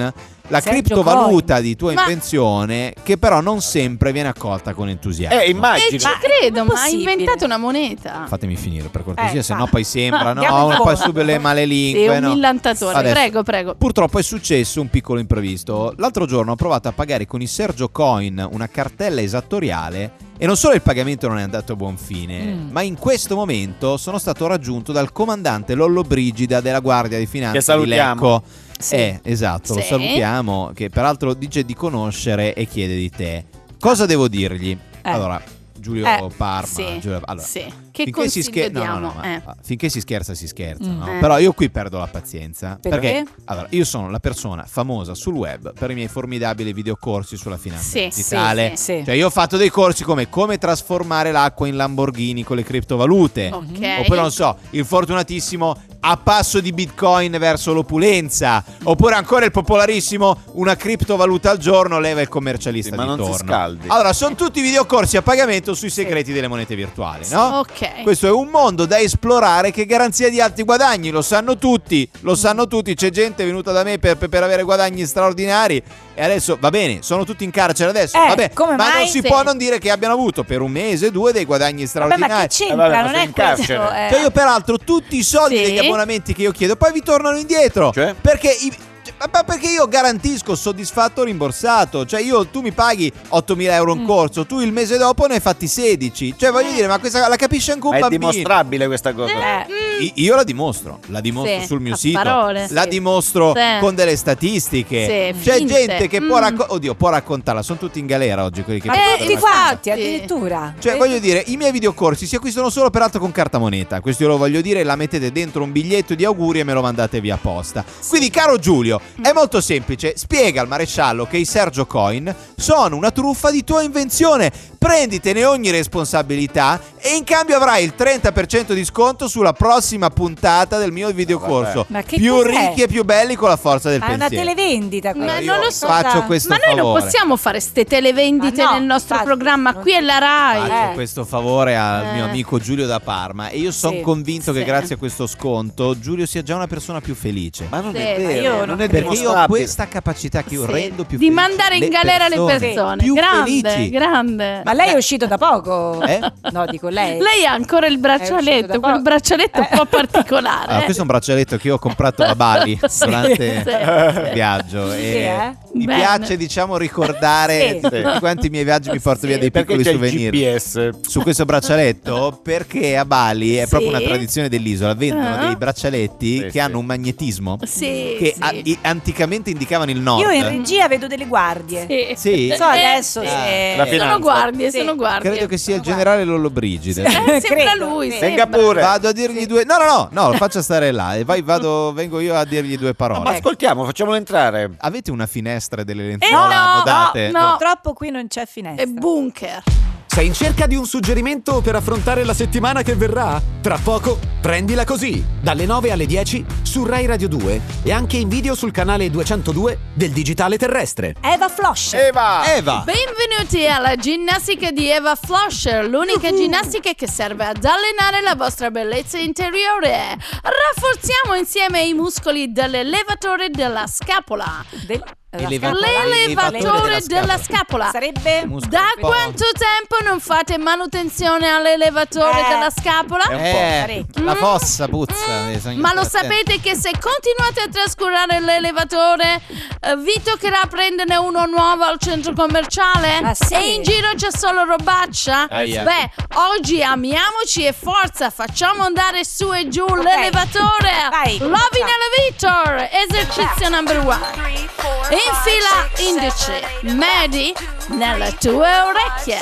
Speaker 2: la
Speaker 4: Sergio
Speaker 2: criptovaluta di tua
Speaker 3: Ma-
Speaker 2: invenzione, che però non sempre viene accolta con entusiasmo.
Speaker 7: Eh,
Speaker 3: E ci
Speaker 7: immagino.
Speaker 3: credo,
Speaker 4: Ma
Speaker 3: ma ha
Speaker 4: possibile?
Speaker 3: inventato una moneta.
Speaker 2: Fatemi finire per cortesia,
Speaker 4: Eh,
Speaker 2: se
Speaker 4: fa.
Speaker 2: no poi sembra,
Speaker 4: [laughs] Andiamo in
Speaker 2: no, un po'
Speaker 4: fondo.
Speaker 2: su le male
Speaker 3: Sì,
Speaker 2: lingue,
Speaker 3: un
Speaker 2: no?
Speaker 3: millantatore.
Speaker 2: Adesso-
Speaker 3: Prego, prego.
Speaker 2: Purtroppo è successo un piccolo imprevisto. L'altro giorno ho provato a pagare con i Sergio Coin una cartella esattoriale e non solo il pagamento non è andato a buon fine,
Speaker 4: Mm.
Speaker 2: ma in questo momento sono stato raggiunto dal comandante Lollo Brigida della Guardia di Finanza
Speaker 7: Che salutiamo.
Speaker 2: di Lecco.
Speaker 4: Sì.
Speaker 2: Eh, esatto, lo
Speaker 3: Sì.
Speaker 2: salutiamo, che peraltro dice di conoscere e chiede di te. Cosa devo dirgli? Allora, Giulio
Speaker 4: Eh,
Speaker 2: Parma,
Speaker 3: Sì.
Speaker 2: Giulio- allora,
Speaker 3: sì. Che
Speaker 2: finché si,
Speaker 3: consiglio
Speaker 2: scher- no, no,
Speaker 3: diamo?
Speaker 2: no, ma-
Speaker 3: Eh.
Speaker 2: finché si scherza, si scherza.
Speaker 4: Mm.
Speaker 2: no?
Speaker 3: Eh.
Speaker 2: Però io qui perdo la pazienza.
Speaker 4: Perché?
Speaker 2: allora, io sono la persona famosa sul web per i miei formidabili videocorsi sulla finanza
Speaker 3: Sì,
Speaker 2: digitale.
Speaker 3: sì,
Speaker 4: sì.
Speaker 2: Cioè, io ho fatto dei corsi come come trasformare l'acqua in Lamborghini con le criptovalute.
Speaker 3: Ok.
Speaker 2: Oppure, non so, il fortunatissimo a passo di bitcoin verso l'opulenza. Oppure ancora il popolarissimo una criptovaluta al giorno leva il commercialista
Speaker 7: Sì, ma
Speaker 2: di
Speaker 7: non si
Speaker 2: torno.
Speaker 7: scaldi.
Speaker 2: Allora, sono tutti videocorsi a pagamento sui segreti delle monete virtuali, no?
Speaker 4: Eh.
Speaker 3: Ok.
Speaker 2: Questo è un mondo da esplorare che è garanzia di alti guadagni, lo sanno tutti, lo sanno tutti, c'è gente venuta da me per, per- per avere guadagni straordinari e adesso va bene, sono tutti in carcere adesso,
Speaker 4: Eh,
Speaker 2: va bene,
Speaker 4: come
Speaker 2: ma
Speaker 4: mai?
Speaker 2: non si
Speaker 3: Sì.
Speaker 2: può non dire che abbiano avuto per un mese, due dei guadagni
Speaker 4: Vabbè,
Speaker 2: straordinari.
Speaker 4: ma che c'entra?
Speaker 7: Eh, vabbè, ma
Speaker 4: non
Speaker 7: sei
Speaker 4: è
Speaker 7: in
Speaker 4: questo.
Speaker 7: carcere.
Speaker 4: eh.
Speaker 2: Cioè io peraltro tutti i soldi
Speaker 3: Sì.
Speaker 2: degli abbonamenti che io chiedo poi vi tornano indietro.
Speaker 7: Cioè?
Speaker 2: Perché i- cioè, ma- ma perché io garantisco soddisfatto o rimborsato? Cioè io tu mi paghi 8.000 euro
Speaker 4: Mm.
Speaker 2: in corso, tu il mese dopo ne hai fatti 16. Cioè voglio dire, ma questa la capisce anche un
Speaker 7: Ma è
Speaker 2: bambino.
Speaker 7: dimostrabile questa cosa.
Speaker 4: Eh,
Speaker 2: I- Io la dimostro, la dimostro
Speaker 3: Sì,
Speaker 2: sul mio
Speaker 3: a
Speaker 2: sito,
Speaker 3: parole.
Speaker 2: la
Speaker 3: Sì.
Speaker 2: dimostro
Speaker 3: Sì.
Speaker 2: con delle statistiche.
Speaker 3: Sì,
Speaker 2: C'è
Speaker 3: finte.
Speaker 2: gente che può
Speaker 3: Mm. Eh,
Speaker 2: raccontare, oddio, può raccontarla, sono tutti in galera oggi quelli che
Speaker 4: ma
Speaker 2: raccontano
Speaker 4: tutti
Speaker 2: la-
Speaker 4: quanti
Speaker 3: infatti.
Speaker 4: Eh, addirittura.
Speaker 2: cioè, voglio dire, i miei videocorsi si acquistano solo peraltro con carta moneta. Questo io lo voglio dire, la mettete dentro un biglietto di auguri e me lo mandate via posta. Quindi, caro Giulio, è
Speaker 4: Mm.
Speaker 2: molto semplice. Spiega al maresciallo che i Sergio Coin sono una truffa di tua invenzione. Prenditene ogni responsabilità e in cambio avrai il 30% di sconto sulla prossima puntata del mio videocorso.
Speaker 4: Ma che
Speaker 2: più
Speaker 4: cos'è?
Speaker 2: ricchi e più belli con la forza del
Speaker 4: Ma è una
Speaker 2: pensiero.
Speaker 4: televendita
Speaker 3: Ma
Speaker 4: questa.
Speaker 3: non lo so.
Speaker 2: Faccio questo
Speaker 3: Ma noi non
Speaker 2: favore.
Speaker 3: possiamo fare ste televendite
Speaker 4: Ma no,
Speaker 3: nel nostro
Speaker 4: infatti,
Speaker 3: programma,
Speaker 4: non-
Speaker 3: qui è la RAI.
Speaker 2: Faccio
Speaker 4: Eh.
Speaker 2: questo favore al
Speaker 3: Eh.
Speaker 2: mio amico Giulio da Parma e io sono
Speaker 4: Sì,
Speaker 2: convinto
Speaker 3: sì.
Speaker 2: che grazie a questo sconto Giulio sia già una persona più felice.
Speaker 7: Ma non
Speaker 3: Sì,
Speaker 7: è
Speaker 3: ma
Speaker 7: vero,
Speaker 4: io
Speaker 7: non
Speaker 4: non-
Speaker 7: è
Speaker 2: perché io ho
Speaker 7: dimostrabile.
Speaker 2: questa capacità che io
Speaker 3: Eh, Sì,
Speaker 2: rendo più
Speaker 3: di
Speaker 2: felici
Speaker 3: mandare in galera le persone,
Speaker 2: più
Speaker 3: grande,
Speaker 2: felici.
Speaker 3: grande.
Speaker 4: Ma lei è uscito da poco?
Speaker 2: Eh?
Speaker 4: No, dico lei.
Speaker 3: Eh. [laughs] Lei ha ancora il
Speaker 4: uscito da Eh.
Speaker 3: braccialetto,
Speaker 4: poco.
Speaker 3: quel braccialetto un
Speaker 4: [laughs]
Speaker 3: po' particolare.
Speaker 2: Allora, Ah, questo è un braccialetto che io ho comprato a Bali
Speaker 3: [laughs] Sì,
Speaker 2: durante
Speaker 3: sì,
Speaker 2: il
Speaker 3: sì.
Speaker 2: viaggio e
Speaker 4: eh?
Speaker 2: mi
Speaker 3: Bene.
Speaker 2: piace diciamo ricordare
Speaker 4: Sì.
Speaker 2: tutti quanti i miei viaggi mi porto
Speaker 3: Sì.
Speaker 2: via dei
Speaker 7: Perché
Speaker 2: piccoli
Speaker 7: c'è
Speaker 2: souvenir.
Speaker 7: il GPS.
Speaker 2: su questo braccialetto perché a Bali è
Speaker 3: Sì.
Speaker 2: proprio una tradizione dell'isola vendono
Speaker 3: Ah.
Speaker 2: dei braccialetti
Speaker 7: Sì,
Speaker 2: che
Speaker 7: sì.
Speaker 2: hanno un magnetismo
Speaker 3: [laughs] Sì,
Speaker 2: che
Speaker 3: sì.
Speaker 2: a- i- anticamente indicavano il nord
Speaker 4: Eh, Io in regia vedo delle guardie.
Speaker 3: Sì.
Speaker 2: Sì.
Speaker 4: Non So
Speaker 3: Eh,
Speaker 4: adesso
Speaker 3: sì.
Speaker 4: se-
Speaker 2: Ah,
Speaker 7: La finanza.
Speaker 3: Sono guardie,
Speaker 4: Sì.
Speaker 3: sono guardie.
Speaker 2: credo che sia il
Speaker 4: Guarda.
Speaker 2: generale Lollobrigida
Speaker 3: Eh, sembra
Speaker 4: Credo,
Speaker 3: lui.
Speaker 4: sì.
Speaker 7: Venga
Speaker 3: sembra.
Speaker 7: pure.
Speaker 2: vado a dirgli due no no no
Speaker 4: [laughs]
Speaker 2: no lo faccia stare là e vai, vado vengo io a dirgli due
Speaker 7: Ma
Speaker 2: parole
Speaker 7: ascoltiamo, facciamolo entrare.
Speaker 2: avete una finestra e delle
Speaker 4: Eh,
Speaker 2: lenzuola annodate
Speaker 3: no.
Speaker 4: Purtroppo qui non c'è finestra.
Speaker 3: È bunker.
Speaker 5: Sei in cerca di un suggerimento per affrontare la settimana che verrà? Tra poco, prendila così, dalle 9 alle 10 su Rai Radio 2 e anche in video sul canale 202 del Digitale Terrestre.
Speaker 4: Eva Flosh.
Speaker 2: Eh.
Speaker 7: Eva!
Speaker 5: Eh,
Speaker 2: Eva
Speaker 3: Benvenuti alla ginnastica di Eva Flosher, l'unica ginnastica che serve ad allenare la vostra bellezza interiore. Rafforziamo insieme i muscoli dell'elevatore della scapola.
Speaker 4: Del-
Speaker 2: Elevatore.
Speaker 3: L'elevatore
Speaker 2: Elevatore
Speaker 3: della scapola.
Speaker 4: Sarebbe
Speaker 2: Muscolo
Speaker 3: Da
Speaker 2: un po'.
Speaker 3: quanto tempo non fate manutenzione all'elevatore
Speaker 4: Eh.
Speaker 3: della scapola?
Speaker 7: È un
Speaker 2: Eh,
Speaker 4: parecchio.
Speaker 2: la
Speaker 3: Mm.
Speaker 2: fossa puzza.
Speaker 3: Mm.
Speaker 2: eh, bisogna
Speaker 3: Ma lo
Speaker 2: stare attenti.
Speaker 3: sapete che se continuate a trascurare l'elevatore, eh, vi toccherà prenderne uno nuovo al centro commerciale?
Speaker 4: Ma Ah, sì.
Speaker 3: E in giro c'è solo robaccia?
Speaker 2: Aia.
Speaker 3: Beh, oggi amiamoci e forza, facciamo andare su e giù l'elevatore!
Speaker 4: Vai,
Speaker 3: Loving
Speaker 4: cominciamo.
Speaker 3: Elevator! Esercizio number one. Infila indice, medi nelle tue orecchie.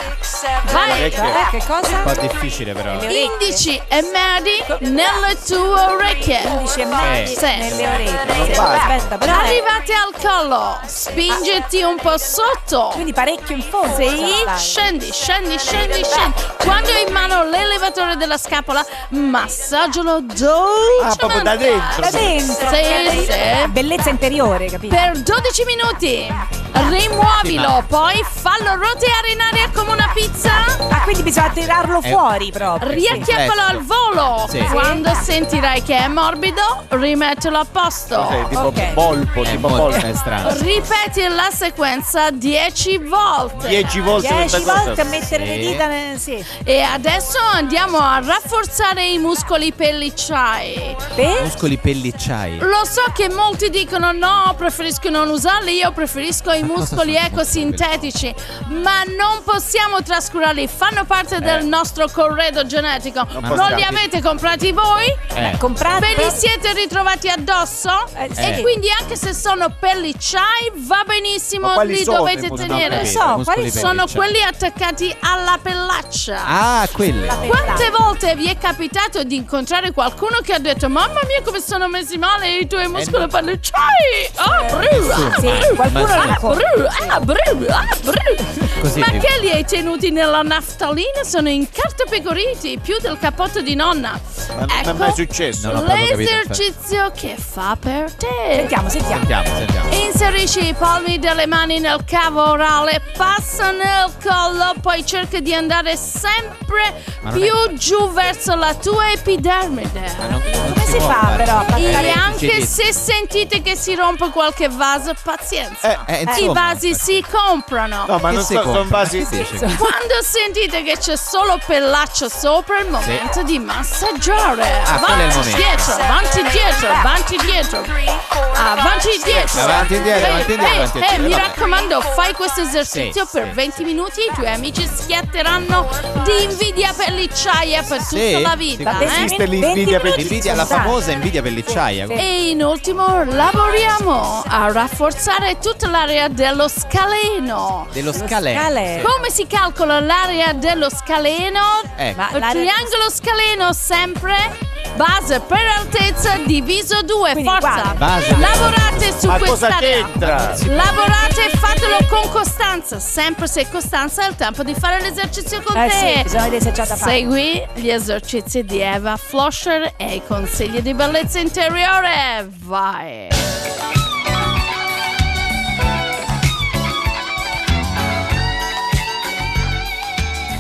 Speaker 3: Vai!
Speaker 4: Eh, che cosa?
Speaker 2: Un po' difficile però.
Speaker 4: Le orecchie.
Speaker 3: Indici e medi nelle tue orecchie.
Speaker 4: Indici e medi
Speaker 3: Sì.
Speaker 4: nelle orecchie.
Speaker 7: Non
Speaker 4: Sì,
Speaker 7: basta.
Speaker 4: Aspetta, però. eh,
Speaker 3: Arrivate al collo, spingiti un po' sotto.
Speaker 4: Quindi parecchio in fondo.
Speaker 3: Sì,
Speaker 4: Dai.
Speaker 3: scendi, scendi, scendi, scendi. Quando hai in mano l'elevatore della scapola, massaggialo dolcemente.
Speaker 7: Ah, proprio da dentro.
Speaker 4: Da dentro.
Speaker 3: Sì,
Speaker 4: cioè,
Speaker 3: sì.
Speaker 4: Bellezza interiore, capito?
Speaker 3: Per 12 minuti. Rimuovilo, poi fallo roteare in aria come una pizza.
Speaker 4: Ah, quindi bisogna tirarlo fuori proprio. sì.
Speaker 3: Riacchiappalo al volo.
Speaker 2: Sì.
Speaker 3: Quando sentirai che è morbido, rimettilo a posto.
Speaker 7: Sei tipo
Speaker 4: Ok.
Speaker 7: polpo,
Speaker 2: È
Speaker 7: tipo
Speaker 2: molto
Speaker 7: polpo.
Speaker 2: è strano.
Speaker 3: Ripeti la sequenza 10 volte.
Speaker 7: 10 volte questa
Speaker 4: 10
Speaker 7: cosa.
Speaker 4: volte a mettere le
Speaker 2: Sì.
Speaker 4: dita nel... Sì.
Speaker 3: E adesso andiamo a rafforzare i muscoli pellicciai.
Speaker 4: Per...
Speaker 2: Muscoli pellicciai.
Speaker 3: Lo so che molti dicono no, preferisco non usarli, io preferisco i
Speaker 2: cosa
Speaker 3: muscoli
Speaker 2: sono i muscoli
Speaker 3: ecosintetici, ma non possiamo trascurarli, fanno parte del nostro corredo genetico. Non,
Speaker 7: possiamo.
Speaker 3: li avete comprati voi?
Speaker 2: Eh.
Speaker 4: Comprate...
Speaker 3: Ve li siete ritrovati addosso?
Speaker 4: Esatto. Eh, sì.
Speaker 3: E quindi anche se sono pellicciai va
Speaker 7: Ma
Speaker 3: benissimo,
Speaker 7: quali
Speaker 3: li
Speaker 7: sono i
Speaker 3: dovete
Speaker 7: muscoli?
Speaker 3: tenere.
Speaker 4: Non so,
Speaker 2: Muscoli
Speaker 4: quali
Speaker 2: pellicciai.
Speaker 3: Sono quelli attaccati alla pellaccia.
Speaker 2: Ah, quelli.
Speaker 3: Quante volte vi è capitato di incontrare qualcuno che ha detto Mamma mia come sono messi male i
Speaker 7: Eh,
Speaker 3: tuoi muscoli pellicciai Ah bru, ah
Speaker 4: Eh, Sì,
Speaker 3: bru,
Speaker 4: qualcuno
Speaker 2: Ma sì.
Speaker 4: l'ha
Speaker 3: ah bru, ah bru, ah bru
Speaker 2: Così
Speaker 3: Ma
Speaker 2: mi-
Speaker 3: che li hai tenuti nella naftalina? Sono incartapecoriti più del cappotto di nonna
Speaker 7: Ma non è mai
Speaker 3: Ecco
Speaker 7: successo.
Speaker 2: No, no. proprio capito,
Speaker 3: l'esercizio che fa per te
Speaker 4: Sentiamo, sentiamo.
Speaker 2: Sentiamo, sentiamo.
Speaker 3: Inserisci i palmi delle mani nel cavo orale, passa nel collo, poi cerca di andare sempre
Speaker 2: Ma non
Speaker 3: più giù verso la tua epidermide.
Speaker 4: Come si fa però a
Speaker 3: E
Speaker 4: passare...
Speaker 3: anche
Speaker 2: difficilissimo.
Speaker 3: se sentite che si rompe qualche vaso, pazienza.
Speaker 2: Eh,
Speaker 3: I
Speaker 2: insomma,
Speaker 3: vasi si comprano.
Speaker 7: No, ma non so, sono vasi.
Speaker 3: Quando sentite che c'è solo pellaccio sopra, è il momento di massaggiare.
Speaker 2: Ah, quello è il
Speaker 3: avanti,
Speaker 2: momento.
Speaker 3: dietro, avanti, dietro, avanti, dietro. Avanti, dietro.
Speaker 2: Avanti, indietro, avanti,
Speaker 3: Ehi,
Speaker 2: indietro,
Speaker 3: ehi,
Speaker 2: avanti, indietro.
Speaker 3: ehi, mi
Speaker 2: Vabbè.
Speaker 3: raccomando, fai questo esercizio
Speaker 2: Sì,
Speaker 3: per
Speaker 2: sì.
Speaker 3: 20 minuti. I tuoi amici schiatteranno di invidia pellicciaia per
Speaker 2: Sì,
Speaker 3: tutta la vita.
Speaker 2: sì.
Speaker 3: eh?
Speaker 7: Esiste
Speaker 4: 20
Speaker 7: l'invidia per-
Speaker 4: minuti,
Speaker 2: Invidia, la
Speaker 4: scusate.
Speaker 2: famosa invidia pellicciaia.
Speaker 4: Sì, sì.
Speaker 3: E in ultimo lavoriamo a rafforzare tutta l'area dello scaleno.
Speaker 2: Dello
Speaker 4: Lo
Speaker 2: scalè.
Speaker 4: scalè.
Speaker 3: Come si calcola l'area dello scaleno?
Speaker 7: Ecco.
Speaker 2: Eh.
Speaker 4: Ma-
Speaker 3: Il triangolo scaleno sempre base per altezza diviso 2
Speaker 4: Quindi
Speaker 3: forza
Speaker 4: uguale.
Speaker 2: Base.
Speaker 3: lavorate su
Speaker 7: Ma cosa
Speaker 3: quest'area
Speaker 7: c'entra?
Speaker 3: lavorate e fatelo con costanza sempre se Costanza ha il tempo di fare l'esercizio con
Speaker 4: Eh
Speaker 3: te
Speaker 4: sì, bisogna vedere se c'è da fare.
Speaker 3: segui gli esercizi di Eva Flosher e i consigli di bellezza interiore vai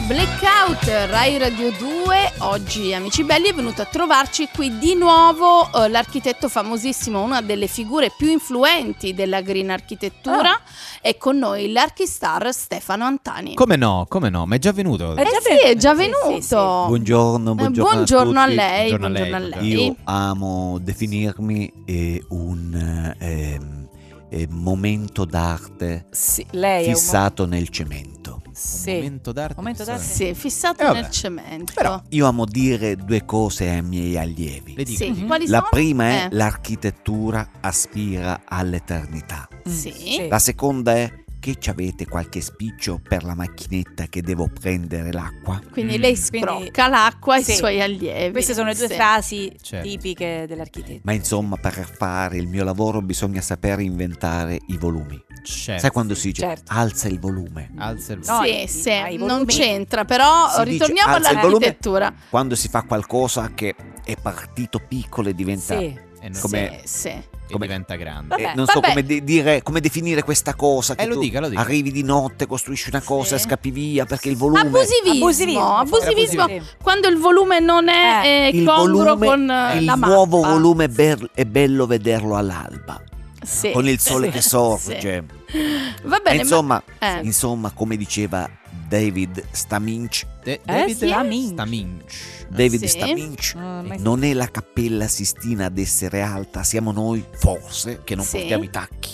Speaker 3: Blackout Rai Radio 2, oggi amici belli è venuto a trovarci qui di nuovo eh, l'architetto famosissimo, una delle figure più influenti della green
Speaker 4: Ah.
Speaker 3: architettura è con noi l'archistar Stefano Antani.
Speaker 2: Come no, come no, ma è già venuto.
Speaker 4: Eh,
Speaker 3: eh
Speaker 4: già
Speaker 3: sì,
Speaker 4: venuto.
Speaker 3: è già
Speaker 4: Sì, sì,
Speaker 3: venuto.
Speaker 4: sì.
Speaker 7: Buongiorno,
Speaker 3: Eh,
Speaker 7: buongiorno.
Speaker 3: buongiorno a,
Speaker 7: tutti.
Speaker 3: lei,
Speaker 2: Buongiorno a lei,
Speaker 3: buongiorno a
Speaker 2: buongiorno.
Speaker 3: lei.
Speaker 7: Io amo definirmi eh, un ehm, eh, momento d'arte
Speaker 4: Sì, lei è un...
Speaker 7: fissato nel cemento.
Speaker 4: Sì.
Speaker 2: Momento d'arte.
Speaker 4: Momento d'arte.
Speaker 2: Sì.
Speaker 3: Sì, è fissato
Speaker 2: Eh, vabbè.
Speaker 3: nel cemento.
Speaker 2: Però-
Speaker 7: Io amo dire due cose ai miei allievi.
Speaker 2: Le dico.
Speaker 3: Sì,
Speaker 2: le dico.
Speaker 3: quali
Speaker 7: La
Speaker 3: sono?
Speaker 7: prima è
Speaker 3: Eh,
Speaker 7: l'architettura aspira all'eternità.
Speaker 3: sì.
Speaker 4: Sì.
Speaker 7: La seconda è che ci avete qualche spiccio per la macchinetta che devo prendere l'acqua?
Speaker 3: Quindi
Speaker 2: Mm.
Speaker 3: lei
Speaker 4: Quindi-
Speaker 3: scrocca l'acqua ai
Speaker 4: Sì.
Speaker 3: suoi allievi.
Speaker 4: Queste sono le due
Speaker 3: Sì.
Speaker 4: frasi
Speaker 2: Certo.
Speaker 4: tipiche dell'architetto.
Speaker 7: Ma insomma, per fare il mio lavoro bisogna sapere inventare i volumi.
Speaker 2: Certo.
Speaker 7: Sai quando si dice
Speaker 4: certo.
Speaker 7: alza il volume?
Speaker 2: Alza il
Speaker 4: No,
Speaker 3: sì,
Speaker 4: i-
Speaker 3: sì,
Speaker 4: i
Speaker 3: non
Speaker 4: volumi.
Speaker 3: c'entra, però
Speaker 7: Si dice,
Speaker 3: ritorniamo
Speaker 7: alza il volume.
Speaker 3: all'architettura.
Speaker 7: Quando si fa qualcosa che è partito piccolo e
Speaker 2: Esatto.
Speaker 7: diventa...
Speaker 4: Sì.
Speaker 2: E non-
Speaker 7: Come-
Speaker 3: Sì, sì.
Speaker 2: e
Speaker 7: come-
Speaker 2: diventa grande.
Speaker 7: eh,
Speaker 4: Vabbè,
Speaker 7: non so
Speaker 3: vabbè.
Speaker 7: come de- dire, come definire questa cosa. Che
Speaker 2: Eh, lo
Speaker 7: tu
Speaker 2: dica, lo dica.
Speaker 7: Arrivi di notte, costruisci una cosa,
Speaker 3: Sì.
Speaker 7: scappi via perché il volume.
Speaker 3: Abusivismo, abusivismo,
Speaker 4: Abusivismo.
Speaker 3: quando il volume non è eh,
Speaker 7: il
Speaker 3: congruo
Speaker 7: volume-
Speaker 3: con eh,
Speaker 7: il
Speaker 3: la mappa.
Speaker 7: nuovo volume ber- è bello vederlo all'alba.
Speaker 3: Sì.
Speaker 7: con il sole che
Speaker 3: Sì.
Speaker 7: sorge.
Speaker 3: Va bene, ma-
Speaker 7: insomma,
Speaker 3: eh.
Speaker 7: insomma, come diceva David Staminch,
Speaker 2: David
Speaker 4: sì? Staminch.
Speaker 2: Staminch.
Speaker 7: David
Speaker 3: Sì.
Speaker 7: Staminch,
Speaker 4: Ah, ma-
Speaker 7: non è la cappella Sistina ad essere alta, siamo noi, forse, che non
Speaker 3: Sì.
Speaker 7: portiamo i tacchi.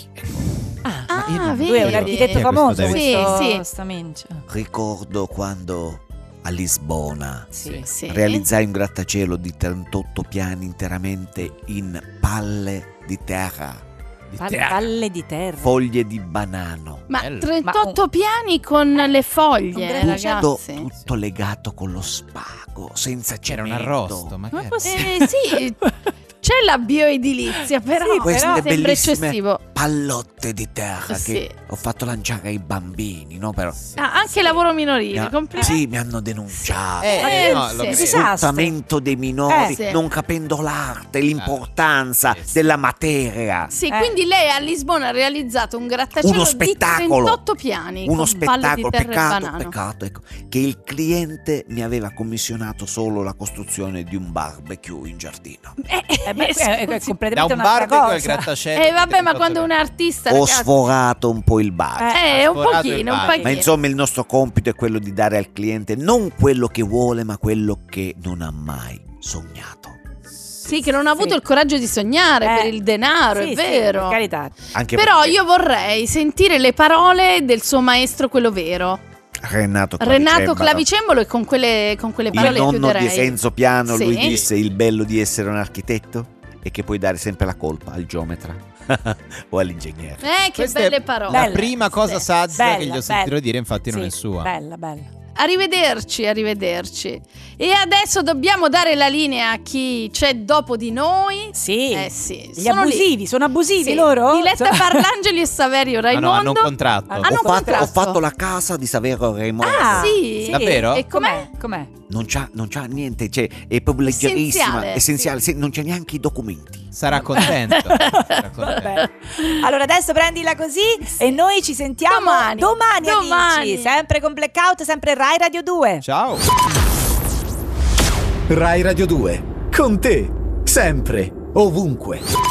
Speaker 4: Ah,
Speaker 3: Ah,
Speaker 2: Ma io non-
Speaker 3: vedi?
Speaker 4: lui è un architetto
Speaker 2: Chi è Eh, questo
Speaker 4: famoso,
Speaker 2: David?
Speaker 3: Sì,
Speaker 4: questo
Speaker 3: sì.
Speaker 4: Staminch. Ah,
Speaker 7: Ricordo quando a Lisbona
Speaker 4: Sì.
Speaker 3: Sì.
Speaker 7: realizzai un grattacielo di 38 piani interamente in palle di terra,
Speaker 4: Pal- Palle di terra.
Speaker 7: foglie di banano.
Speaker 3: Ma
Speaker 2: Bello.
Speaker 3: 38 piani con le foglie,
Speaker 10: gran
Speaker 7: Tutto,
Speaker 3: ragazzi.
Speaker 7: tutto legato con lo spago, senza
Speaker 2: C'era un
Speaker 7: cemento.
Speaker 2: arrosto, ma
Speaker 4: Ma
Speaker 2: che è?
Speaker 4: possibile?
Speaker 3: Eh, sì, c'è la bioedilizia, però,
Speaker 4: Sì,
Speaker 7: Queste
Speaker 4: però
Speaker 3: sembra
Speaker 7: bellissime
Speaker 3: eccessivo.
Speaker 7: pallotte di terra
Speaker 3: Sì.
Speaker 7: che ho fatto lanciare ai bambini, no? Però,
Speaker 3: Ah, anche lavoro minorile,
Speaker 7: mi-
Speaker 3: complimenti.
Speaker 7: Ah, sì, mi hanno denunciato.
Speaker 2: Eh,
Speaker 3: Ma
Speaker 2: eh,
Speaker 3: che-
Speaker 2: no, lo-
Speaker 3: sì.
Speaker 2: eh,
Speaker 4: Sì,
Speaker 7: Sfruttamento dei minori,
Speaker 3: Eh, sì.
Speaker 7: non capendo l'arte, l'importanza
Speaker 2: Sì, sì.
Speaker 7: della materia.
Speaker 3: Sì,
Speaker 4: Eh.
Speaker 3: quindi lei a Lisbona ha realizzato un grattacielo
Speaker 7: Uno
Speaker 3: di
Speaker 7: spettacolo.
Speaker 3: 38 piani.
Speaker 7: Uno
Speaker 3: con palle
Speaker 7: spettacolo,
Speaker 3: di terra e
Speaker 7: peccato,
Speaker 3: banano.
Speaker 7: peccato, ecco, che il cliente mi aveva commissionato solo la costruzione di un barbecue in giardino.
Speaker 3: Eh,
Speaker 4: Eh, ma-
Speaker 3: eh,
Speaker 4: è, è
Speaker 3: scusi.
Speaker 2: da
Speaker 4: completamente
Speaker 2: un
Speaker 4: un'altra
Speaker 2: barbecue al
Speaker 4: cosa.
Speaker 2: grattacielo.
Speaker 3: Eh, vabbè, ma quando un artista,
Speaker 7: Ho
Speaker 3: ragazzi,
Speaker 7: sforato un po' il bar.
Speaker 3: eh, un
Speaker 2: sforato il
Speaker 3: pochino, un
Speaker 2: bagno.
Speaker 3: pochino.
Speaker 7: Ma insomma il nostro compito è quello di dare al cliente non quello che vuole, ma quello che non ha mai sognato.
Speaker 3: Sì, che non ha avuto
Speaker 4: Sì.
Speaker 3: il coraggio di sognare
Speaker 4: Eh,
Speaker 3: per il denaro,
Speaker 4: Sì,
Speaker 3: è
Speaker 4: sì,
Speaker 3: vero.
Speaker 4: per carità.
Speaker 7: Anche
Speaker 3: Però
Speaker 7: perché
Speaker 3: io vorrei sentire le parole del suo maestro, quello vero,
Speaker 7: Renato Clavicembalo,
Speaker 3: Renato Clavicembolo, e con quelle, con quelle
Speaker 7: il
Speaker 3: parole
Speaker 7: nonno
Speaker 3: chiuderei.
Speaker 7: di Senzo Piano, lui
Speaker 3: Sì.
Speaker 7: disse il bello di essere un architetto è che puoi dare sempre la colpa al geometra [laughs] o all'ingegnere.
Speaker 3: Eh, che
Speaker 2: Questa è
Speaker 3: belle parole.
Speaker 2: La
Speaker 4: Bella,
Speaker 2: prima cosa
Speaker 3: Sì.
Speaker 2: saggia
Speaker 4: Bella,
Speaker 2: che gli ho
Speaker 4: bella.
Speaker 2: sentito dire, infatti, non
Speaker 4: Sì,
Speaker 2: è sua.
Speaker 4: Bella, bella.
Speaker 3: Arrivederci, arrivederci. E adesso dobbiamo dare la linea a chi c'è dopo di noi.
Speaker 4: Sì.
Speaker 3: Eh sì,
Speaker 4: Gli
Speaker 3: sono lì.
Speaker 4: abusivi, sono abusivi
Speaker 3: Sì.
Speaker 4: loro? Cioè.
Speaker 3: Diletta
Speaker 4: Sono-
Speaker 3: Parlangeli e
Speaker 7: [laughs]
Speaker 3: Saverio
Speaker 2: Ah, no, hanno
Speaker 3: Raimondo.
Speaker 2: un contratto.
Speaker 4: Ah, no,
Speaker 7: ho,
Speaker 4: Hanno
Speaker 7: fatto,
Speaker 4: contratto.
Speaker 7: ho fatto la casa di Saverio Raimondo.
Speaker 4: Ah,
Speaker 3: Sì.
Speaker 2: Davvero?
Speaker 3: E com'è?
Speaker 4: Com'è?
Speaker 7: Non, c'ha, non c'ha niente, cioè, è proprio leggerissima,
Speaker 3: Essenziale,
Speaker 7: essenziale, sì, non c'è neanche i documenti.
Speaker 2: Sarà contento. Sarà contento.
Speaker 4: Vabbè. Allora adesso prendila così e noi ci sentiamo
Speaker 3: Domani.
Speaker 4: domani,
Speaker 3: Domani.
Speaker 4: amici, sempre con Blackout, sempre Rai Radio 2.
Speaker 2: Ciao.
Speaker 5: Rai Radio 2, con te, sempre, ovunque.